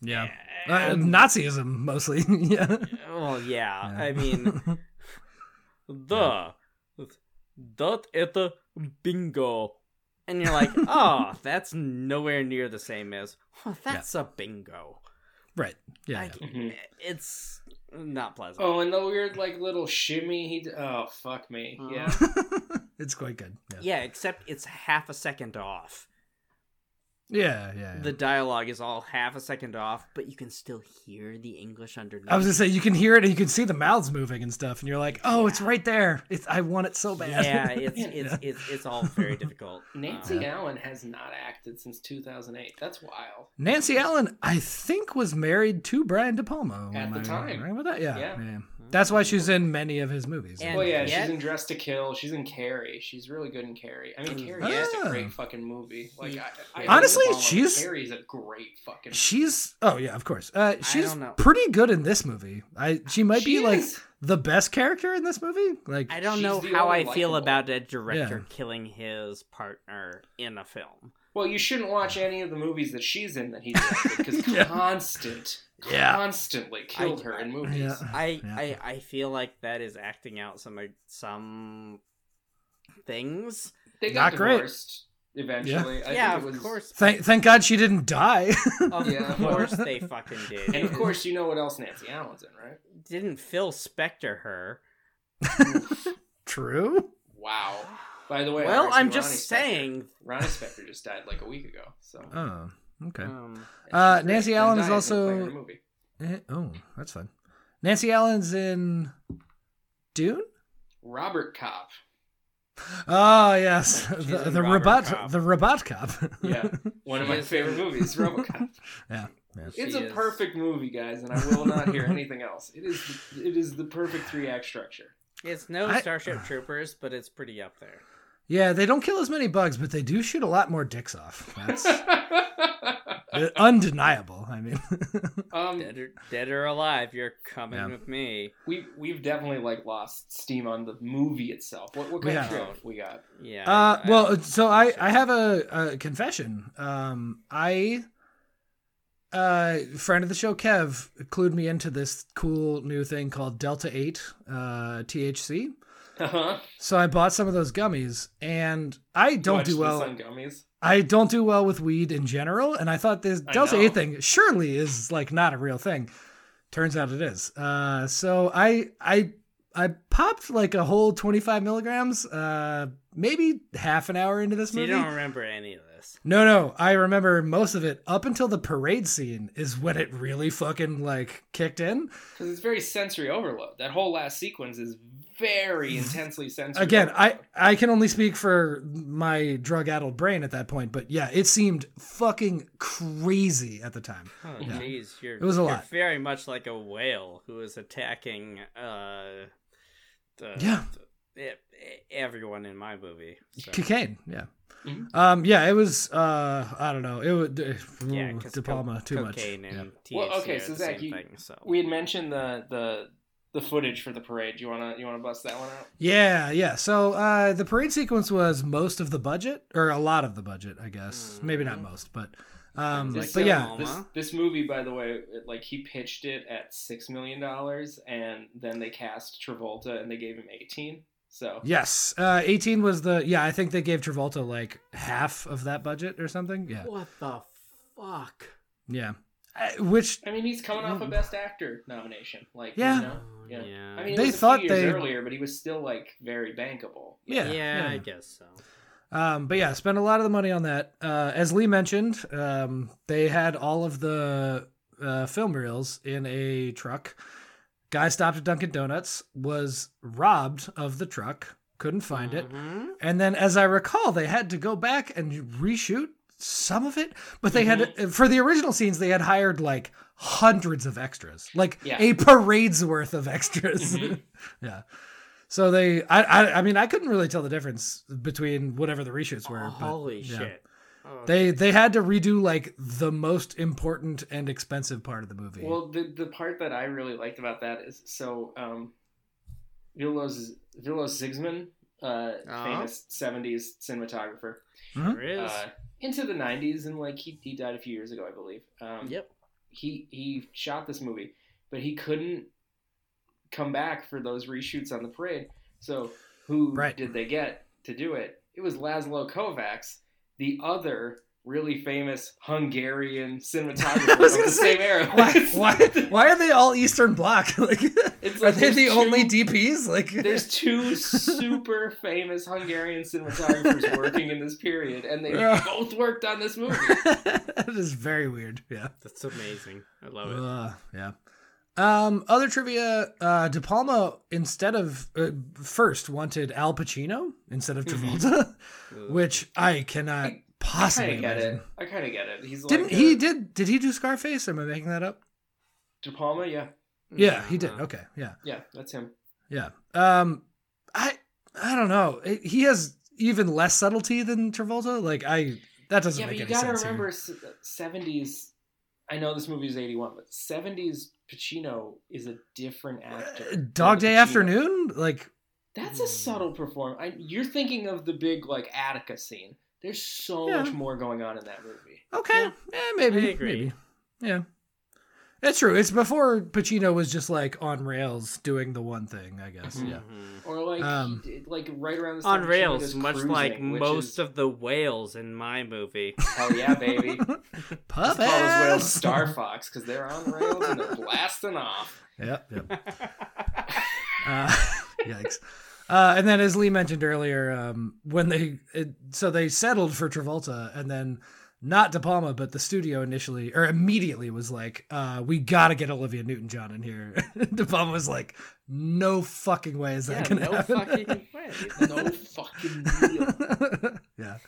F: Yeah. Uh,
A: And-
F: Nazism mostly. <laughs> yeah.
A: well yeah,
F: Yeah.
A: i mean the that это bingo and you're
F: <laughs>
A: like oh that's nowhere near the same as oh, that's a bingo
F: <laughs> right. Yeah.
A: I-
F: yeah.
E: Mhm.
A: it's not pleasant
E: Oh, and the weird like little shimmy. He d- oh fuck me. Yeah.
F: <laughs> it's quite good. Yeah.
A: yeah except it's half a second off
F: Yeah. Yeah. yeah.
A: the dialogue is all half a second off but you can still hear the english underneath
F: I was gonna say you can hear it and you can see the mouths moving and stuff, and you're like, "Oh, it's right there! It's I want it so bad." <laughs>
A: yeah it's it's,
F: Yeah.
A: it's it's all very difficult
E: <laughs> Nancy
F: Uh-huh.
A: Uh,
E: Allen has not acted since 2008. That's wild.
F: Nancy Allen, I think, was married to Brian De Palma
E: At
F: am
E: the
F: I
E: time.
F: Right with that, yeah,
E: Yeah.
F: yeah.
A: Uh-huh.
F: <laughs> That's why she's in many of his movies.
A: And-
E: Well, yeah,
A: yet-
E: she's in Dress to Kill. She's in Carrie. She's really good in Carrie. I mean,
A: Mm.
E: Carrie is a
F: Ah.
E: great fucking movie. Like, I, I
F: Honestly,
E: love Obama, but
F: she's-
E: Carrie's a great fucking.
F: she's oh yeah, of course. Uh, she's
A: don't know.
F: pretty good in this movie. I she might
E: She
F: be like
E: is.
F: the best character in this movie. Like
A: I don't
E: She's
A: know
E: the
A: how I
E: only
A: feel
E: likable.
A: about a director killing his partner in a film.
E: Well, you shouldn't watch any of the movies that she's in that he directed
F: <laughs>
E: because
F: Yeah.
E: constant,
F: Yeah.
E: constantly killed her in movies.
F: yeah,
A: I,
F: <laughs> Yeah.
A: I I feel like that is acting out some like, some things.
E: They got
F: Not great.
E: divorced eventually. I
A: yeah,
E: think
A: of
E: it was,
A: course.
F: thank thank God she didn't die. <laughs>
A: Of
E: Yeah. <laughs>
A: course they fucking did.
E: And of course, you know what else Nancy Allen's in, right?
A: didn't Phil Spector her.
F: True.
E: Wow.
A: <sighs>
E: By the way,
A: well,
E: RIP
A: I'm just
E: Ronnie Spector.
A: saying.
E: Ronnie Spector just died like a week ago. So
F: Oh, okay.
A: Um,
F: Uh,
E: She's great.
F: Nancy Allen is
E: Zendaya didn't play her
F: also-
E: movie.
F: Eh, oh, that's fun. Nancy Allen's in Dune.
E: Robert Cop.
F: Oh yes,
A: <laughs> She's
F: the,
A: in
F: the robot,
A: Robert Cop.
F: the robot cop. <laughs>
E: Yeah, one of
A: She
E: my
A: is-
E: favorite movies, RoboCop.
F: yeah.
A: <laughs>
E: It's
A: She
E: a
A: is-
E: perfect movie, guys, and I will not hear anything else. It is the, it is the perfect three
A: <laughs>
E: act structure.
A: It's no
F: I-
A: Starship Troopers, but it's pretty up there.
F: Yeah, they don't kill as many bugs, but they do shoot a lot more
A: <laughs>
F: dicks off. That's uh, undeniable. I mean, <laughs>
E: um,
A: Dead or, dead or alive, you're coming
F: Yeah.
A: with me.
E: we we've definitely like lost steam on the movie itself. What what
F: We
E: kind
F: have.
E: of show we got?
A: Yeah.
F: uh,
A: I- I
F: well,
A: don't-
F: so I, I have a, a confession. Um, I, uh, friend of the show, Kev, clued me into this cool new thing called Delta 8 uh, THC.
E: Uh-huh.
F: So I bought some of those gummies, and I don't
E: Watch
F: do
E: the
F: well.
E: Sun gummies.
F: I don't do well with weed in general, and I thought this
E: I
F: Delta
E: know.
F: 8 thing surely is like not a real thing. Turns out it is. Uh, so I I I popped like a whole 25 milligrams, uh, maybe half an hour into this
A: so you
F: movie.
A: don't remember any of this.
F: No, no, I remember most of it up until the parade scene is when it really fucking like kicked in.
E: Because it's very sensory overload. That whole last sequence is
F: <laughs>
E: very intensely sensory.
F: Again, I
E: overload.
F: I can only speak for my drug-addled brain at that point, but yeah, it seemed fucking crazy at the time.
A: Oh,
F: Yeah.
A: jeez. You're,
F: It was a
A: you're
F: lot.
A: very much like a whale who is attacking uh, the,
F: Yeah.
A: the- e- everyone in my movie. So.
F: Cocaine, yeah.
E: Mhm.
F: Um, yeah, it was. Uh, I don't know. It was
A: Yeah,
F: yeah, De
A: co-
F: Palma too much.
A: cocaine
F: Yeah.
A: and THC
E: Well, okay,
A: are
E: so
A: the
E: Zach,
A: same
E: you-
A: thing, so.
E: we had mentioned the the the footage for the parade. You wanna you wanna bust that one out?
F: yeah, yeah. So uh, the parade sequence was most of the budget, or a lot of the budget, I guess. Maybe not
A: Mm-hmm.
F: most, but um,
A: Like
F: but yeah,
A: Oklahoma.
E: this, this movie, by the way, it, like he pitched it at six million dollars, and then they cast Travolta, and they gave him eighteen. So
F: yes. Uh, Eighteen was the yeah. I think they gave Travolta like half of that budget or something. Yeah,
A: What the fuck?
F: yeah. I, which
E: I mean, he's coming off a Best Actor nomination. Like
F: Yeah.
E: you know, yeah. I mean, it
F: They
E: was a
F: thought
E: few years
F: they-
E: earlier, but he was still like very bankable.
F: yeah,
A: I guess so.
F: Um, but yeah, spent a lot of the money on that. Uh, as Lee mentioned, um, they had all of the uh, film reels in a truck. Guy stopped at Dunkin' Donuts, was robbed of the truck, couldn't find it,
A: Mhm.
F: and then, as I recall, they had to go back and reshoot some of it. But they
E: Mm-hmm.
F: had for the original scenes, they had hired like hundreds of extras, like
E: Yeah.
F: a parade's worth of extras.
E: Mhm.
F: <laughs> yeah. So they, I, I, I mean, I couldn't really tell the difference between whatever the reshoots were. but,
A: Holy
F: yeah.
A: shit. Oh,
F: They they had to redo like the most important and expensive part of the movie.
E: Well, the the part that I really liked about that is so um, Vilos Vilos Zsigmond, uh,
A: Uh-huh.
E: famous '70s cinematographer,
A: there is.
E: uh, into the '90s, and like he, he died a few years ago, I believe. Um,
A: yep.
E: He he shot this movie, but he couldn't come back for those reshoots on the parade. So who
F: Right.
E: did they get to do it? It was Laszlo Kovacs, the other really famous Hungarian cinematographer
F: I was
E: of
F: gonna
E: the
F: say,
E: same era. <laughs>
F: why, why why are they all Eastern Bloc? <laughs> like,
E: It's
F: are
E: like
F: they
E: there's
F: the
E: two-
F: only DPs? Like,
E: There's two super famous
F: <laughs>
E: Hungarian cinematographers working in this period, and they
F: Yeah.
E: both worked on this movie.
F: <laughs> that is very weird. Yeah.
A: That's amazing. I love it.
F: Uh, yeah. Um, other trivia: uh, De Palma instead of uh, first wanted Al Pacino instead
A: <laughs>
F: of Travolta, <laughs>
A: Ugh.
F: Uh, which I cannot
E: I kind
F: possibly
E: of get
F: imagine.
E: it. I kind of get it. He's
F: Didn't
E: like
F: he
E: a-
F: did did he do Scarface? Am I making that up?
E: De Palma? Yeah,
F: Yeah, he did.
A: Uh-huh.
F: Okay, yeah,
E: yeah, that's him.
F: yeah. Um, I I don't know. It- he has even less subtlety than Travolta. Like I, that doesn't
E: yeah,
F: make
E: but you
F: any
E: gotta
F: sense. here.
E: remember s- '70s. I know this movie is '81, but '70s Pacino is a different actor.
F: Uh,
E: than
F: Dog Day
E: Pacino.
F: Afternoon, Hmm. like
E: That's a subtle performance. I, you're thinking of the big like Attica scene. There's so
F: Yeah.
E: much more going on in that movie.
F: Okay. Yeah, maybe.
A: I agree.
F: Maybe. Yeah. It's true. It's before Pacino was just like on rails doing the one thing, I guess. Yeah.
A: Mhm.
E: Or like
F: Um,
E: he did- like right around the
A: On rails, much like most of the whales in my movie.
E: Hell <laughs> oh,
F: <laughs>
E: yeah, baby! Let's
F: Puppets.
E: call those whales
F: <laughs>
E: Star Fox because they're on rails and they're blasting off.
F: Yep. Yep. Uh, <laughs> yikes. Uh, and then, as Lee mentioned earlier, um, when they it, so they settled for Travolta, and then not De Palma, but the studio initially or immediately was like, uh, "We got to get Olivia Newton-John in here." <laughs> De Palma was like, "No fucking way is that
A: Yeah,
F: gonna
A: no
F: happen."
A: fucking way.
F: <laughs>
E: No fucking deal.
F: yeah.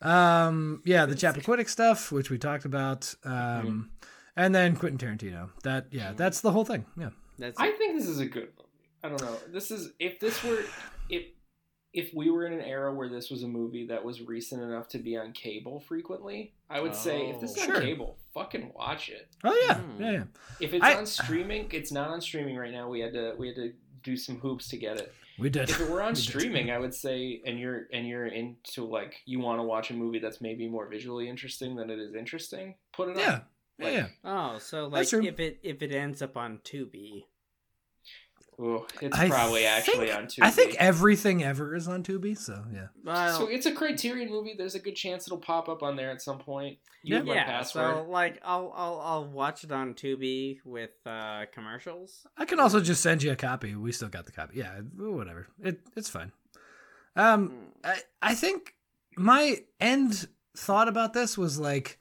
F: Um, yeah, the Chappaquiddick stuff, which we talked about,
E: Mm-hmm.
F: um, and then Quentin Tarantino. That yeah, that's the whole thing. Yeah.
A: That's
E: I think this is a good movie. I don't know. This is if this were if if we were in an era where this was a movie that was recent enough to be on cable frequently, I would say if this is
A: Oh.
F: Sure.
E: on cable, fucking watch it.
F: Oh yeah,
E: Mm.
A: Hmm.
F: yeah, yeah.
E: If it's
F: I-
E: on streaming, it's not on streaming right now. We had to we had to do some hoops to get it.
F: We did.
E: If it were on
F: <laughs> We did.
E: streaming, I would say and you're and you're into like you want to watch a movie that's maybe more visually interesting than it is interesting, put it
F: Yeah.
E: on.
F: Yeah, yeah.
A: Oh, so like
F: That's true.
A: if it if it ends up on Tubi,
E: Ooh, it's
F: I
E: probably
F: think-
E: actually on Tubi.
F: I think everything ever is on Tubi, so yeah.
A: well,
E: So it's a Criterion movie. There's a good chance it'll pop up on there at some point. You
F: Yeah.
E: have my
A: yeah.
E: password.
A: So like I'll I'll I'll watch it on Tubi with uh commercials.
F: I can also just send you a copy. We still got the copy. Yeah, whatever. It it's fine. Um,
A: Mm.
F: I I think my end thought about this was like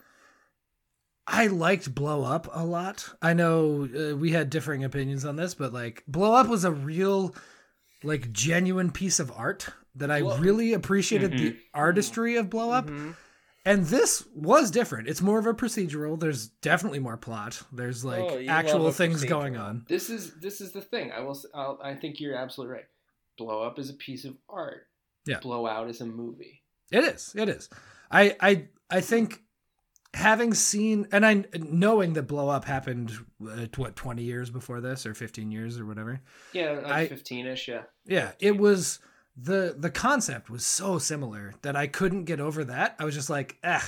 F: I liked Blow Up a lot. I know uh, we had differing opinions on this, but like Blow Up was a real like genuine piece of art that I
E: Well-
F: really appreciated
A: Mm-hmm.
F: the artistry of Blow Up.
A: Mhm.
F: And this was different. It's more of a procedural. There's definitely more plot. There's like
A: Oh, you
F: actual
A: love a
F: things going
A: procedural.
F: on.
E: This is this is the thing. I will. s- I'll, I think you're absolutely right. Blow up is a piece of art.
F: Yeah.
E: Blowout is a movie.
F: It is. It is. I I I think having seen and I knowing that blow up happened uh, what 20 years before this or 15 years or whatever.
E: Yeah,
F: I-
E: like fifteen-ish. Yeah.
F: Yeah, it was the the concept was so similar that I couldn't get over that. I was just like, "Eh,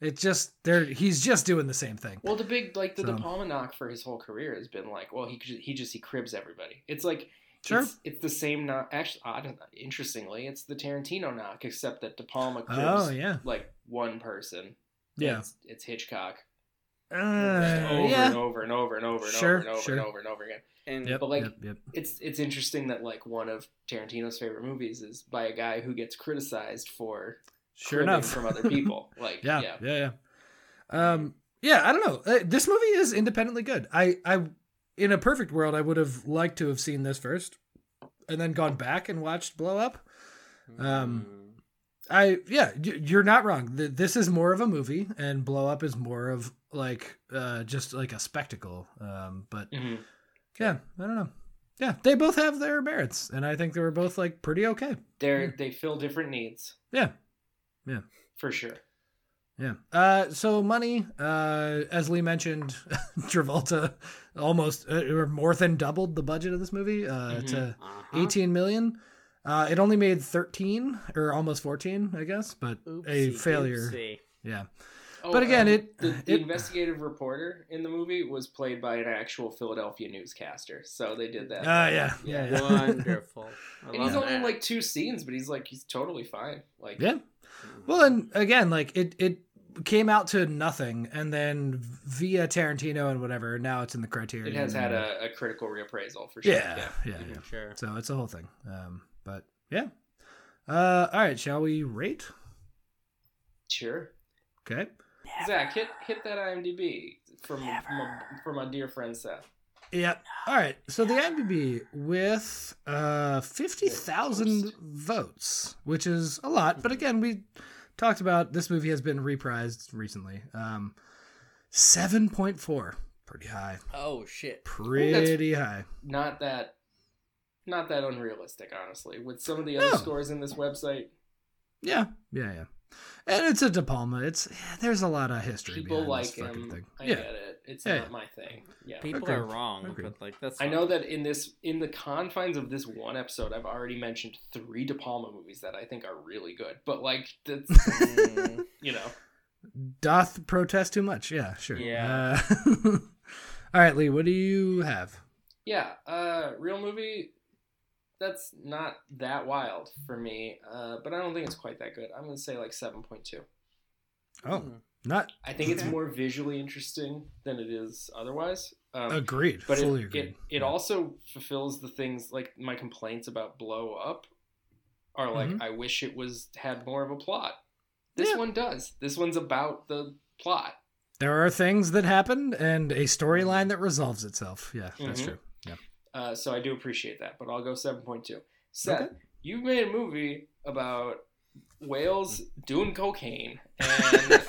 F: it just there he's just doing the same thing."
E: Well, the big like the
F: So-
E: De Palma knock for his whole career has been like, well, he could- he just he cribs everybody. It's like
F: Sure.
E: It's, it's the same knock. Actually, I don't know. Interestingly, it's the Tarantino knock, except that De Palma cribs
F: Oh, yeah.
E: like one person.
F: Yeah.
E: It's, it's Hitchcock.
F: Uh,
E: over and
F: yeah.
E: over and over and over and
F: Sure,
E: over and over
F: sure.
E: and over and over again.
A: And
F: Yep,
E: But, like,
F: yep, yep.
E: It's it's interesting that like one of Tarantino's favorite movies is by a guy who gets criticized for
F: Sure
E: cribbing
F: enough.
E: from
F: <laughs>
E: other people. Like
F: yeah,
E: yeah,
F: yeah, yeah, Um, yeah, I don't know. Uh, This movie is independently good. I, I, in a perfect world, I would have liked to have seen this first, and then gone back and watched Blow Up. Um, I, yeah, y- you're not wrong. Th- This is more of a movie, and Blow Up is more of like uh, just like a spectacle. Um, but
A: Mm-hmm.
E: Mhm.
F: yeah, I don't know. Yeah, they both have their merits, and I think they were both like pretty okay.
E: they're they fill different needs
F: Yeah, yeah.
E: for sure.
F: Yeah. Uh, so money, uh, as Lee mentioned, <laughs> Travolta almost uh, or more than doubled the budget of this movie uh,
E: Mm-hmm.
F: to
A: uh-huh.
F: 18 million. Uh, it only made 13 or almost 14, I guess, but a
A: Oopsie
F: failure.
A: doopsie.
F: Yeah.
E: Oh,
F: But again,
E: um,
F: it-
E: the, the
F: it-
E: investigative reporter in the movie was played by an actual Philadelphia newscaster, so they did
F: Uh,
E: that.
F: yeah. Yeah. <laughs> Yeah.
A: Wonderful. I
E: and he's
A: love
E: only in
A: that.
E: like two scenes, but he's like he's totally fine. Like
F: yeah. Well, and again, like it, it came out to nothing and then via Tarantino and whatever, now it's in the criteria.
E: it has had a, a critical reappraisal for sure.
F: Yeah. Yeah. yeah.
A: sure.
F: So it's a whole thing. Um, but yeah. Uh, all right. Shall we rate?
E: Sure.
F: Okay.
E: Zach, hit hit that IMDb from from my, from my dear friend Seth.
F: Yep. All right. So the IMDb with uh fifty thousand votes, which is a lot, but again, we talked about this movie has been reprised recently. Um, seven point four, pretty high,
A: Oh shit.
F: pretty high.
E: Not that, not that unrealistic, honestly. With some of the
F: No.
E: other scores in this website,
F: Yeah. Yeah. Yeah. And it's a De Palma. It's there's a lot of history.
E: people
F: behind
E: like
F: this fucking
E: him.
F: Thing.
E: I
F: yeah.
E: get it. It's
F: Yeah,
E: not
F: yeah.
E: my thing. Yeah.
A: People
F: Agreed.
A: are wrong,
F: Agreed.
A: but like that's
E: I know that in this, in the confines of this one episode, I've already mentioned three De Palma movies that I think are really good. But like, that's,
F: <laughs>
A: Mm,
E: you know,
F: Doth protest too much. Yeah. Sure.
A: Yeah.
F: Uh, <laughs> all right, Lee. What do you have?
E: yeah. Uh, real movie. That's not that wild for me, uh, but I don't think it's quite that good. I'm gonna say like seven point two.
F: <laughs> Oh, not
E: I think it's
A: Okay.
E: more visually interesting than it is otherwise. Um,
F: agreed.
E: But
F: Fully
E: it,
F: agreed.
E: it, it also fulfills the things like my complaints about blow up are like
F: Mhm.
E: I wish it was had more of a plot. This
F: Yeah.
E: one does. This one's about the plot.
F: There are things that happen and a storyline that resolves itself. Yeah, that's
E: Mhm.
F: true.
E: Uh, so I do appreciate that, but I'll go 7.2. Seth,
F: Okay.
E: you made a movie about whales
F: <laughs>
E: doing cocaine and,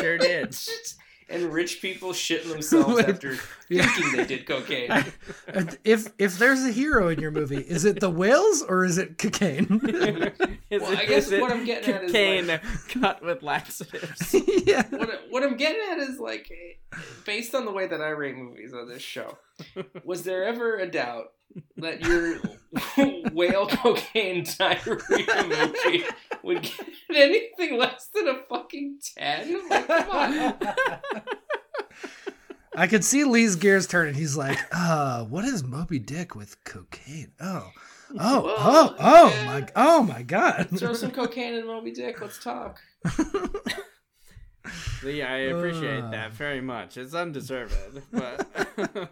A: Sure did.
E: <laughs> and rich people shitting
F: <laughs>
E: themselves
F: Wait.
E: after
F: Yeah.
E: thinking they
F: <laughs>
E: did cocaine.
F: And if if there's a hero in your movie, is it the whales or is it cocaine?
A: <laughs>
F: <laughs>
A: Is
E: Well, I
A: it-
E: guess
A: is it
E: what I'm getting at is,
A: cocaine <laughs> cut with laxatives.
F: <laughs> yeah.
E: what, what I'm getting at is like, based on the way that I rate movies on this show, was there ever a doubt that your <laughs> whale cocaine diarrhea
F: <laughs>
E: movie would get anything less than a fucking ten? Like, come on.
F: <laughs> I could see Lee's gears turning. He's like, uh, what is Moby Dick with cocaine? Oh, oh,
E: Whoa,
F: oh, oh
E: yeah.
F: my, oh my God.
E: Throw some cocaine in Moby Dick. Let's talk.
A: Lee, I appreciate
F: Ah.
A: that very much. It's undeserved, but <laughs>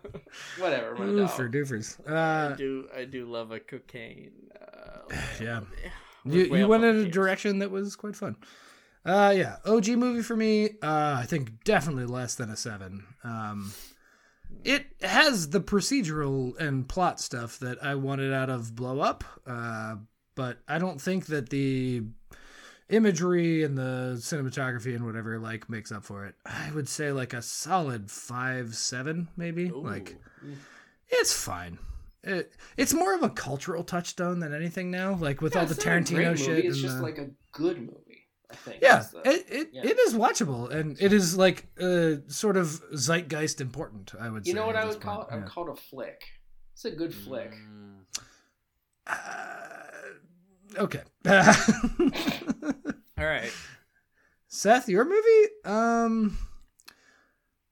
E: Whatever, my
F: Oofer
E: dog.
F: doofers.
A: I
F: Uh,
A: do I do love a cocaine. Uh,
F: <laughs> Yeah.
A: with
F: you, you
A: whale
F: went in a
A: puppeteers.
F: direction that was quite fun. Uh, yeah, OG movie for me. Uh, I think definitely less than a seven. Um, it has the procedural and plot stuff that I wanted out of Blow Up, uh, but I don't think that the imagery and the cinematography and whatever like makes up for it. I would say like a solid five, seven, maybe.
A: Ooh.
F: Like it's fine. It, it's more of a cultural touchstone than anything now. Like with
E: Yeah,
F: all the
E: it's not a great
F: Tarantino
E: movie,
F: shit,
E: It's
F: and
E: just
F: the-
E: like a good movie. I think.
F: yeah,
E: That's the-
F: it, it,
E: yeah.
F: it is watchable and it is like uh, sort of zeitgeist important. I would.
E: you
F: say
E: know what
F: at
E: I
F: this
E: would call it?
F: point,
E: I
F: yeah.
E: would call it a flick. It's a good flick.
A: Mm.
F: Uh, okay. <laughs>
A: All right.
F: Seth, your movie? Um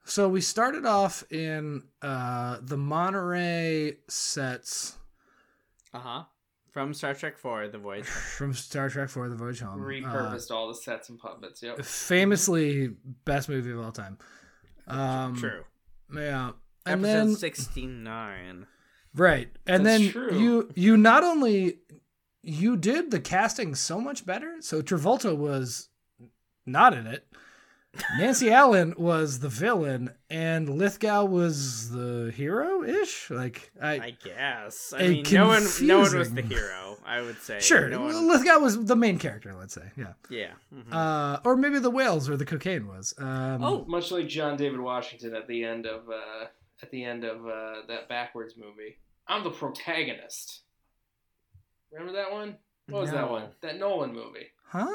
F: so we started off in uh the Monterey sets
A: Uh huh. From Star Trek Four, The Voyage.
F: from Star Trek for the Voyage Home. Uh,
E: Repurposed all the sets and puppets. Yep.
F: famously best movie of all time. Um
A: True.
F: Yeah. And
A: Episode
F: then
A: sixty nine.
F: Right. And
E: That's
F: then
E: true.
F: you you not only you did the casting so much better. So Travolta was not in it.
E: <laughs>
F: Nancy Allen was the villain and Lithgow was the hero ish. Like I,
A: I guess. I
F: And
A: mean, no one, no one was the
F: confusing.
A: hero. I would say.
F: sure
A: No one-
F: Lithgow was the main character, let's say. Yeah.
A: yeah. mhm.
F: Uh or maybe the whales or the cocaine was. Um
A: Oh.
E: Much like John David Washington at the end of uh, at the end of uh, that backwards movie. I'm the protagonist. Remember that one? What was that
A: No.
E: one? That Nolan movie.
F: Huh?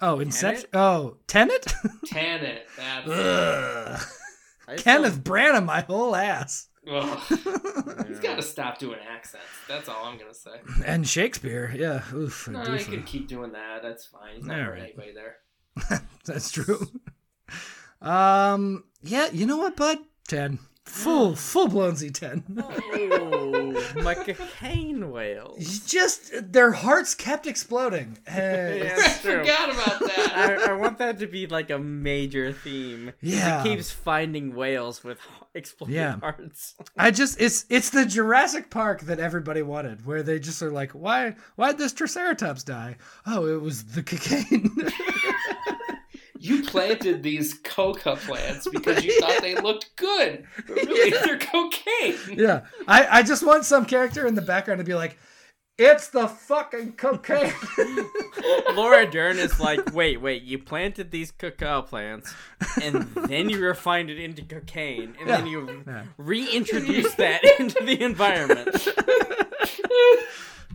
F: Oh, Inception. Oh, Tenet? <laughs>
E: Tenet. That's
F: Ugh.
A: I still-
F: Kenneth Branagh my
A: <laughs>
F: whole ass.
E: Ugh.
A: Yeah.
E: He's got to stop doing accents. That's all I'm gonna say.
F: And Shakespeare, yeah. Oof, a
E: No,
F: doofer.
E: he can keep doing that. That's fine. He's not hurting
F: Alright.
E: anybody there.
F: That's true. Um, yeah, you know what, bud? Ten. Full, full blown Z ten.
A: Oh, my cocaine
F: <laughs>
A: whale.
F: Just their hearts kept exploding.
A: Yeah,
F: Hey. <laughs>
E: I
A: that's true.
E: forgot
A: <laughs>
E: about that.
A: I, I want that to be like a major theme. 'cause
F: Yeah.
A: He keeps finding whales with h- exploding
F: Um, Yeah.
A: hearts.
F: I just it's it's the Jurassic Park that everybody wanted, where they just are like, why why'd this Triceratops die? Oh, it was the cocaine. <laughs>
E: You planted these coca plants because you thought they looked good, but really they're cocaine.
F: yeah, I I just want some character in the background to be like, it's the fucking cocaine.
E: <laughs>
A: Laura Dern is like, wait, wait, you planted these cacao plants, and then you refined it into cocaine, and then
F: Yeah.
A: you
F: Yeah.
A: reintroduced that
E: <laughs>
A: into the environment.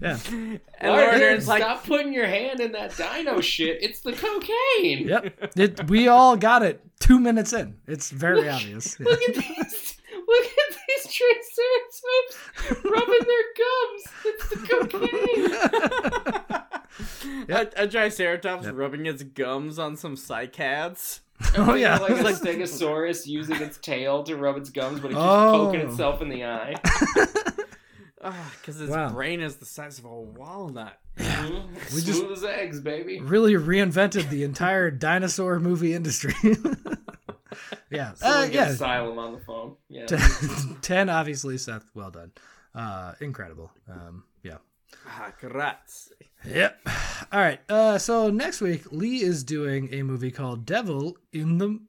F: yeah,
A: And
E: Laura
A: Laura
E: Dern,
A: Dern's like, <laughs>
E: stop putting your hand in that
F: <laughs>
E: dino shit. It's the cocaine.
F: yep. It, we all got it two minutes in. It's very obvious. Yeah.
E: <laughs> Look at these. Look at these triceratops rubbing their gums. It's the cocaine.
A: a, a triceratops rubbing its gums on some cycads.
F: <laughs> <laughs> Oh yeah.
E: Like a stegosaurus using its tail to rub its gums, but it keeps
F: Oh.
E: poking itself in the
F: <laughs>
E: eye.
A: Because its
F: Wow.
A: Ah, brain is the size of a walnut.
E: Mm-hmm. Smooth
F: just- Uh,
E: as eggs, baby.
F: really reinvented the entire dinosaur movie industry. <laughs> yeah.
E: Someone
F: Uh,
E: get
F: yeah.
E: Asylum on the phone. Yeah.
F: <laughs> 10 obviously Seth, well done. Uh incredible. Um yeah.
A: Ah, grazie.
F: Yep. All right. Uh, so next week, Lee is doing a movie called Devil in the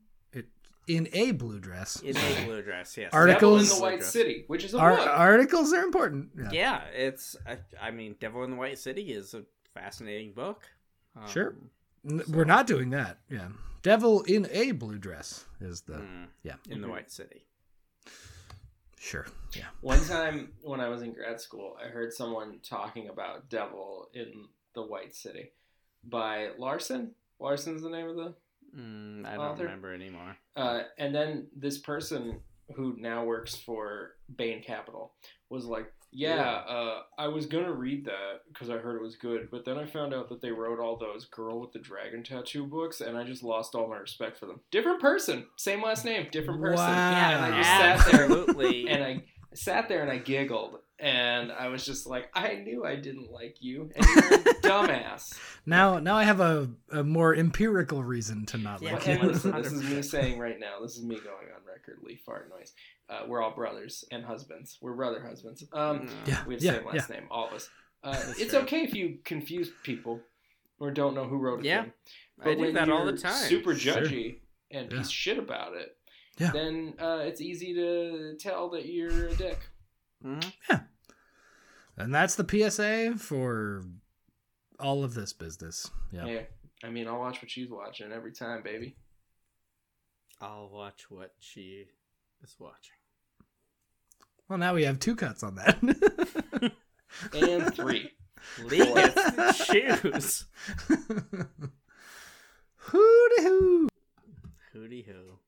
F: in a blue dress.
A: In a blue dress, yes.
F: Article-
E: Devil in
F: Articles-
E: the White City, which is a
F: Our
E: book.
F: articles are important. Yeah.
A: Yeah, it's. I, I mean, Devil in the White City is a fascinating book. Um,
F: Sure. N- We're not doing that. Yeah. Devil in a blue dress is the
E: Hmm.
A: mm,
F: yeah.
A: in the White City.
F: Sure. Yeah.
E: One time when I was in grad school, I heard someone talking about Devil in the White City by Larson. Larson's the name of the
A: Mm, I don't
E: Author?
A: remember anymore.
E: Uh, and then this person who now works for Bain Capital was like, "Yeah, Uh, I was gonna read that because I heard it was good, but then I found out that they wrote all those girl with the dragon tattoo books, and I just lost all my respect for them. Different person, same last name, different person.
F: Wow.
E: And I just sat there
A: Absolutely. <laughs>
E: and I sat there and I giggled." And I was just like, I knew I didn't like you, and you're
A: <laughs>
E: a dumbass.
F: Now now I have a, a more empirical reason to not
A: Yeah,
F: like
A: okay.
F: <laughs>
E: and
F: you.
E: listen, this
A: <laughs>
E: is me saying right now. This is me going on record. Lee fart noise. Uh, we're all brothers and husbands. We're brother husbands. Um,
A: Mm.
F: Yeah.
E: we have the
F: yeah.
E: same
F: Yeah.
E: last name, all of us. Uh,
A: That's
E: it's
A: true.
E: okay if you confuse people or don't know who wrote it.
A: Yeah, I do that all the time.
E: Super
F: Sure.
E: judgy and
F: Yeah.
E: piece shit about it.
F: Yeah.
E: Then uh, it's easy to tell that you're a dick.
A: Mhm.
F: And that's the PSA for all of this business. Yeah.
E: Yeah. I mean, I'll watch what she's watching every time, baby.
A: I'll watch what she is <laughs> watching.
F: Well, now we have two cuts on that. <laughs>
E: And three.
A: Lee gets to choose.
F: <laughs> Hoo de hoo.
A: Hooty hoo.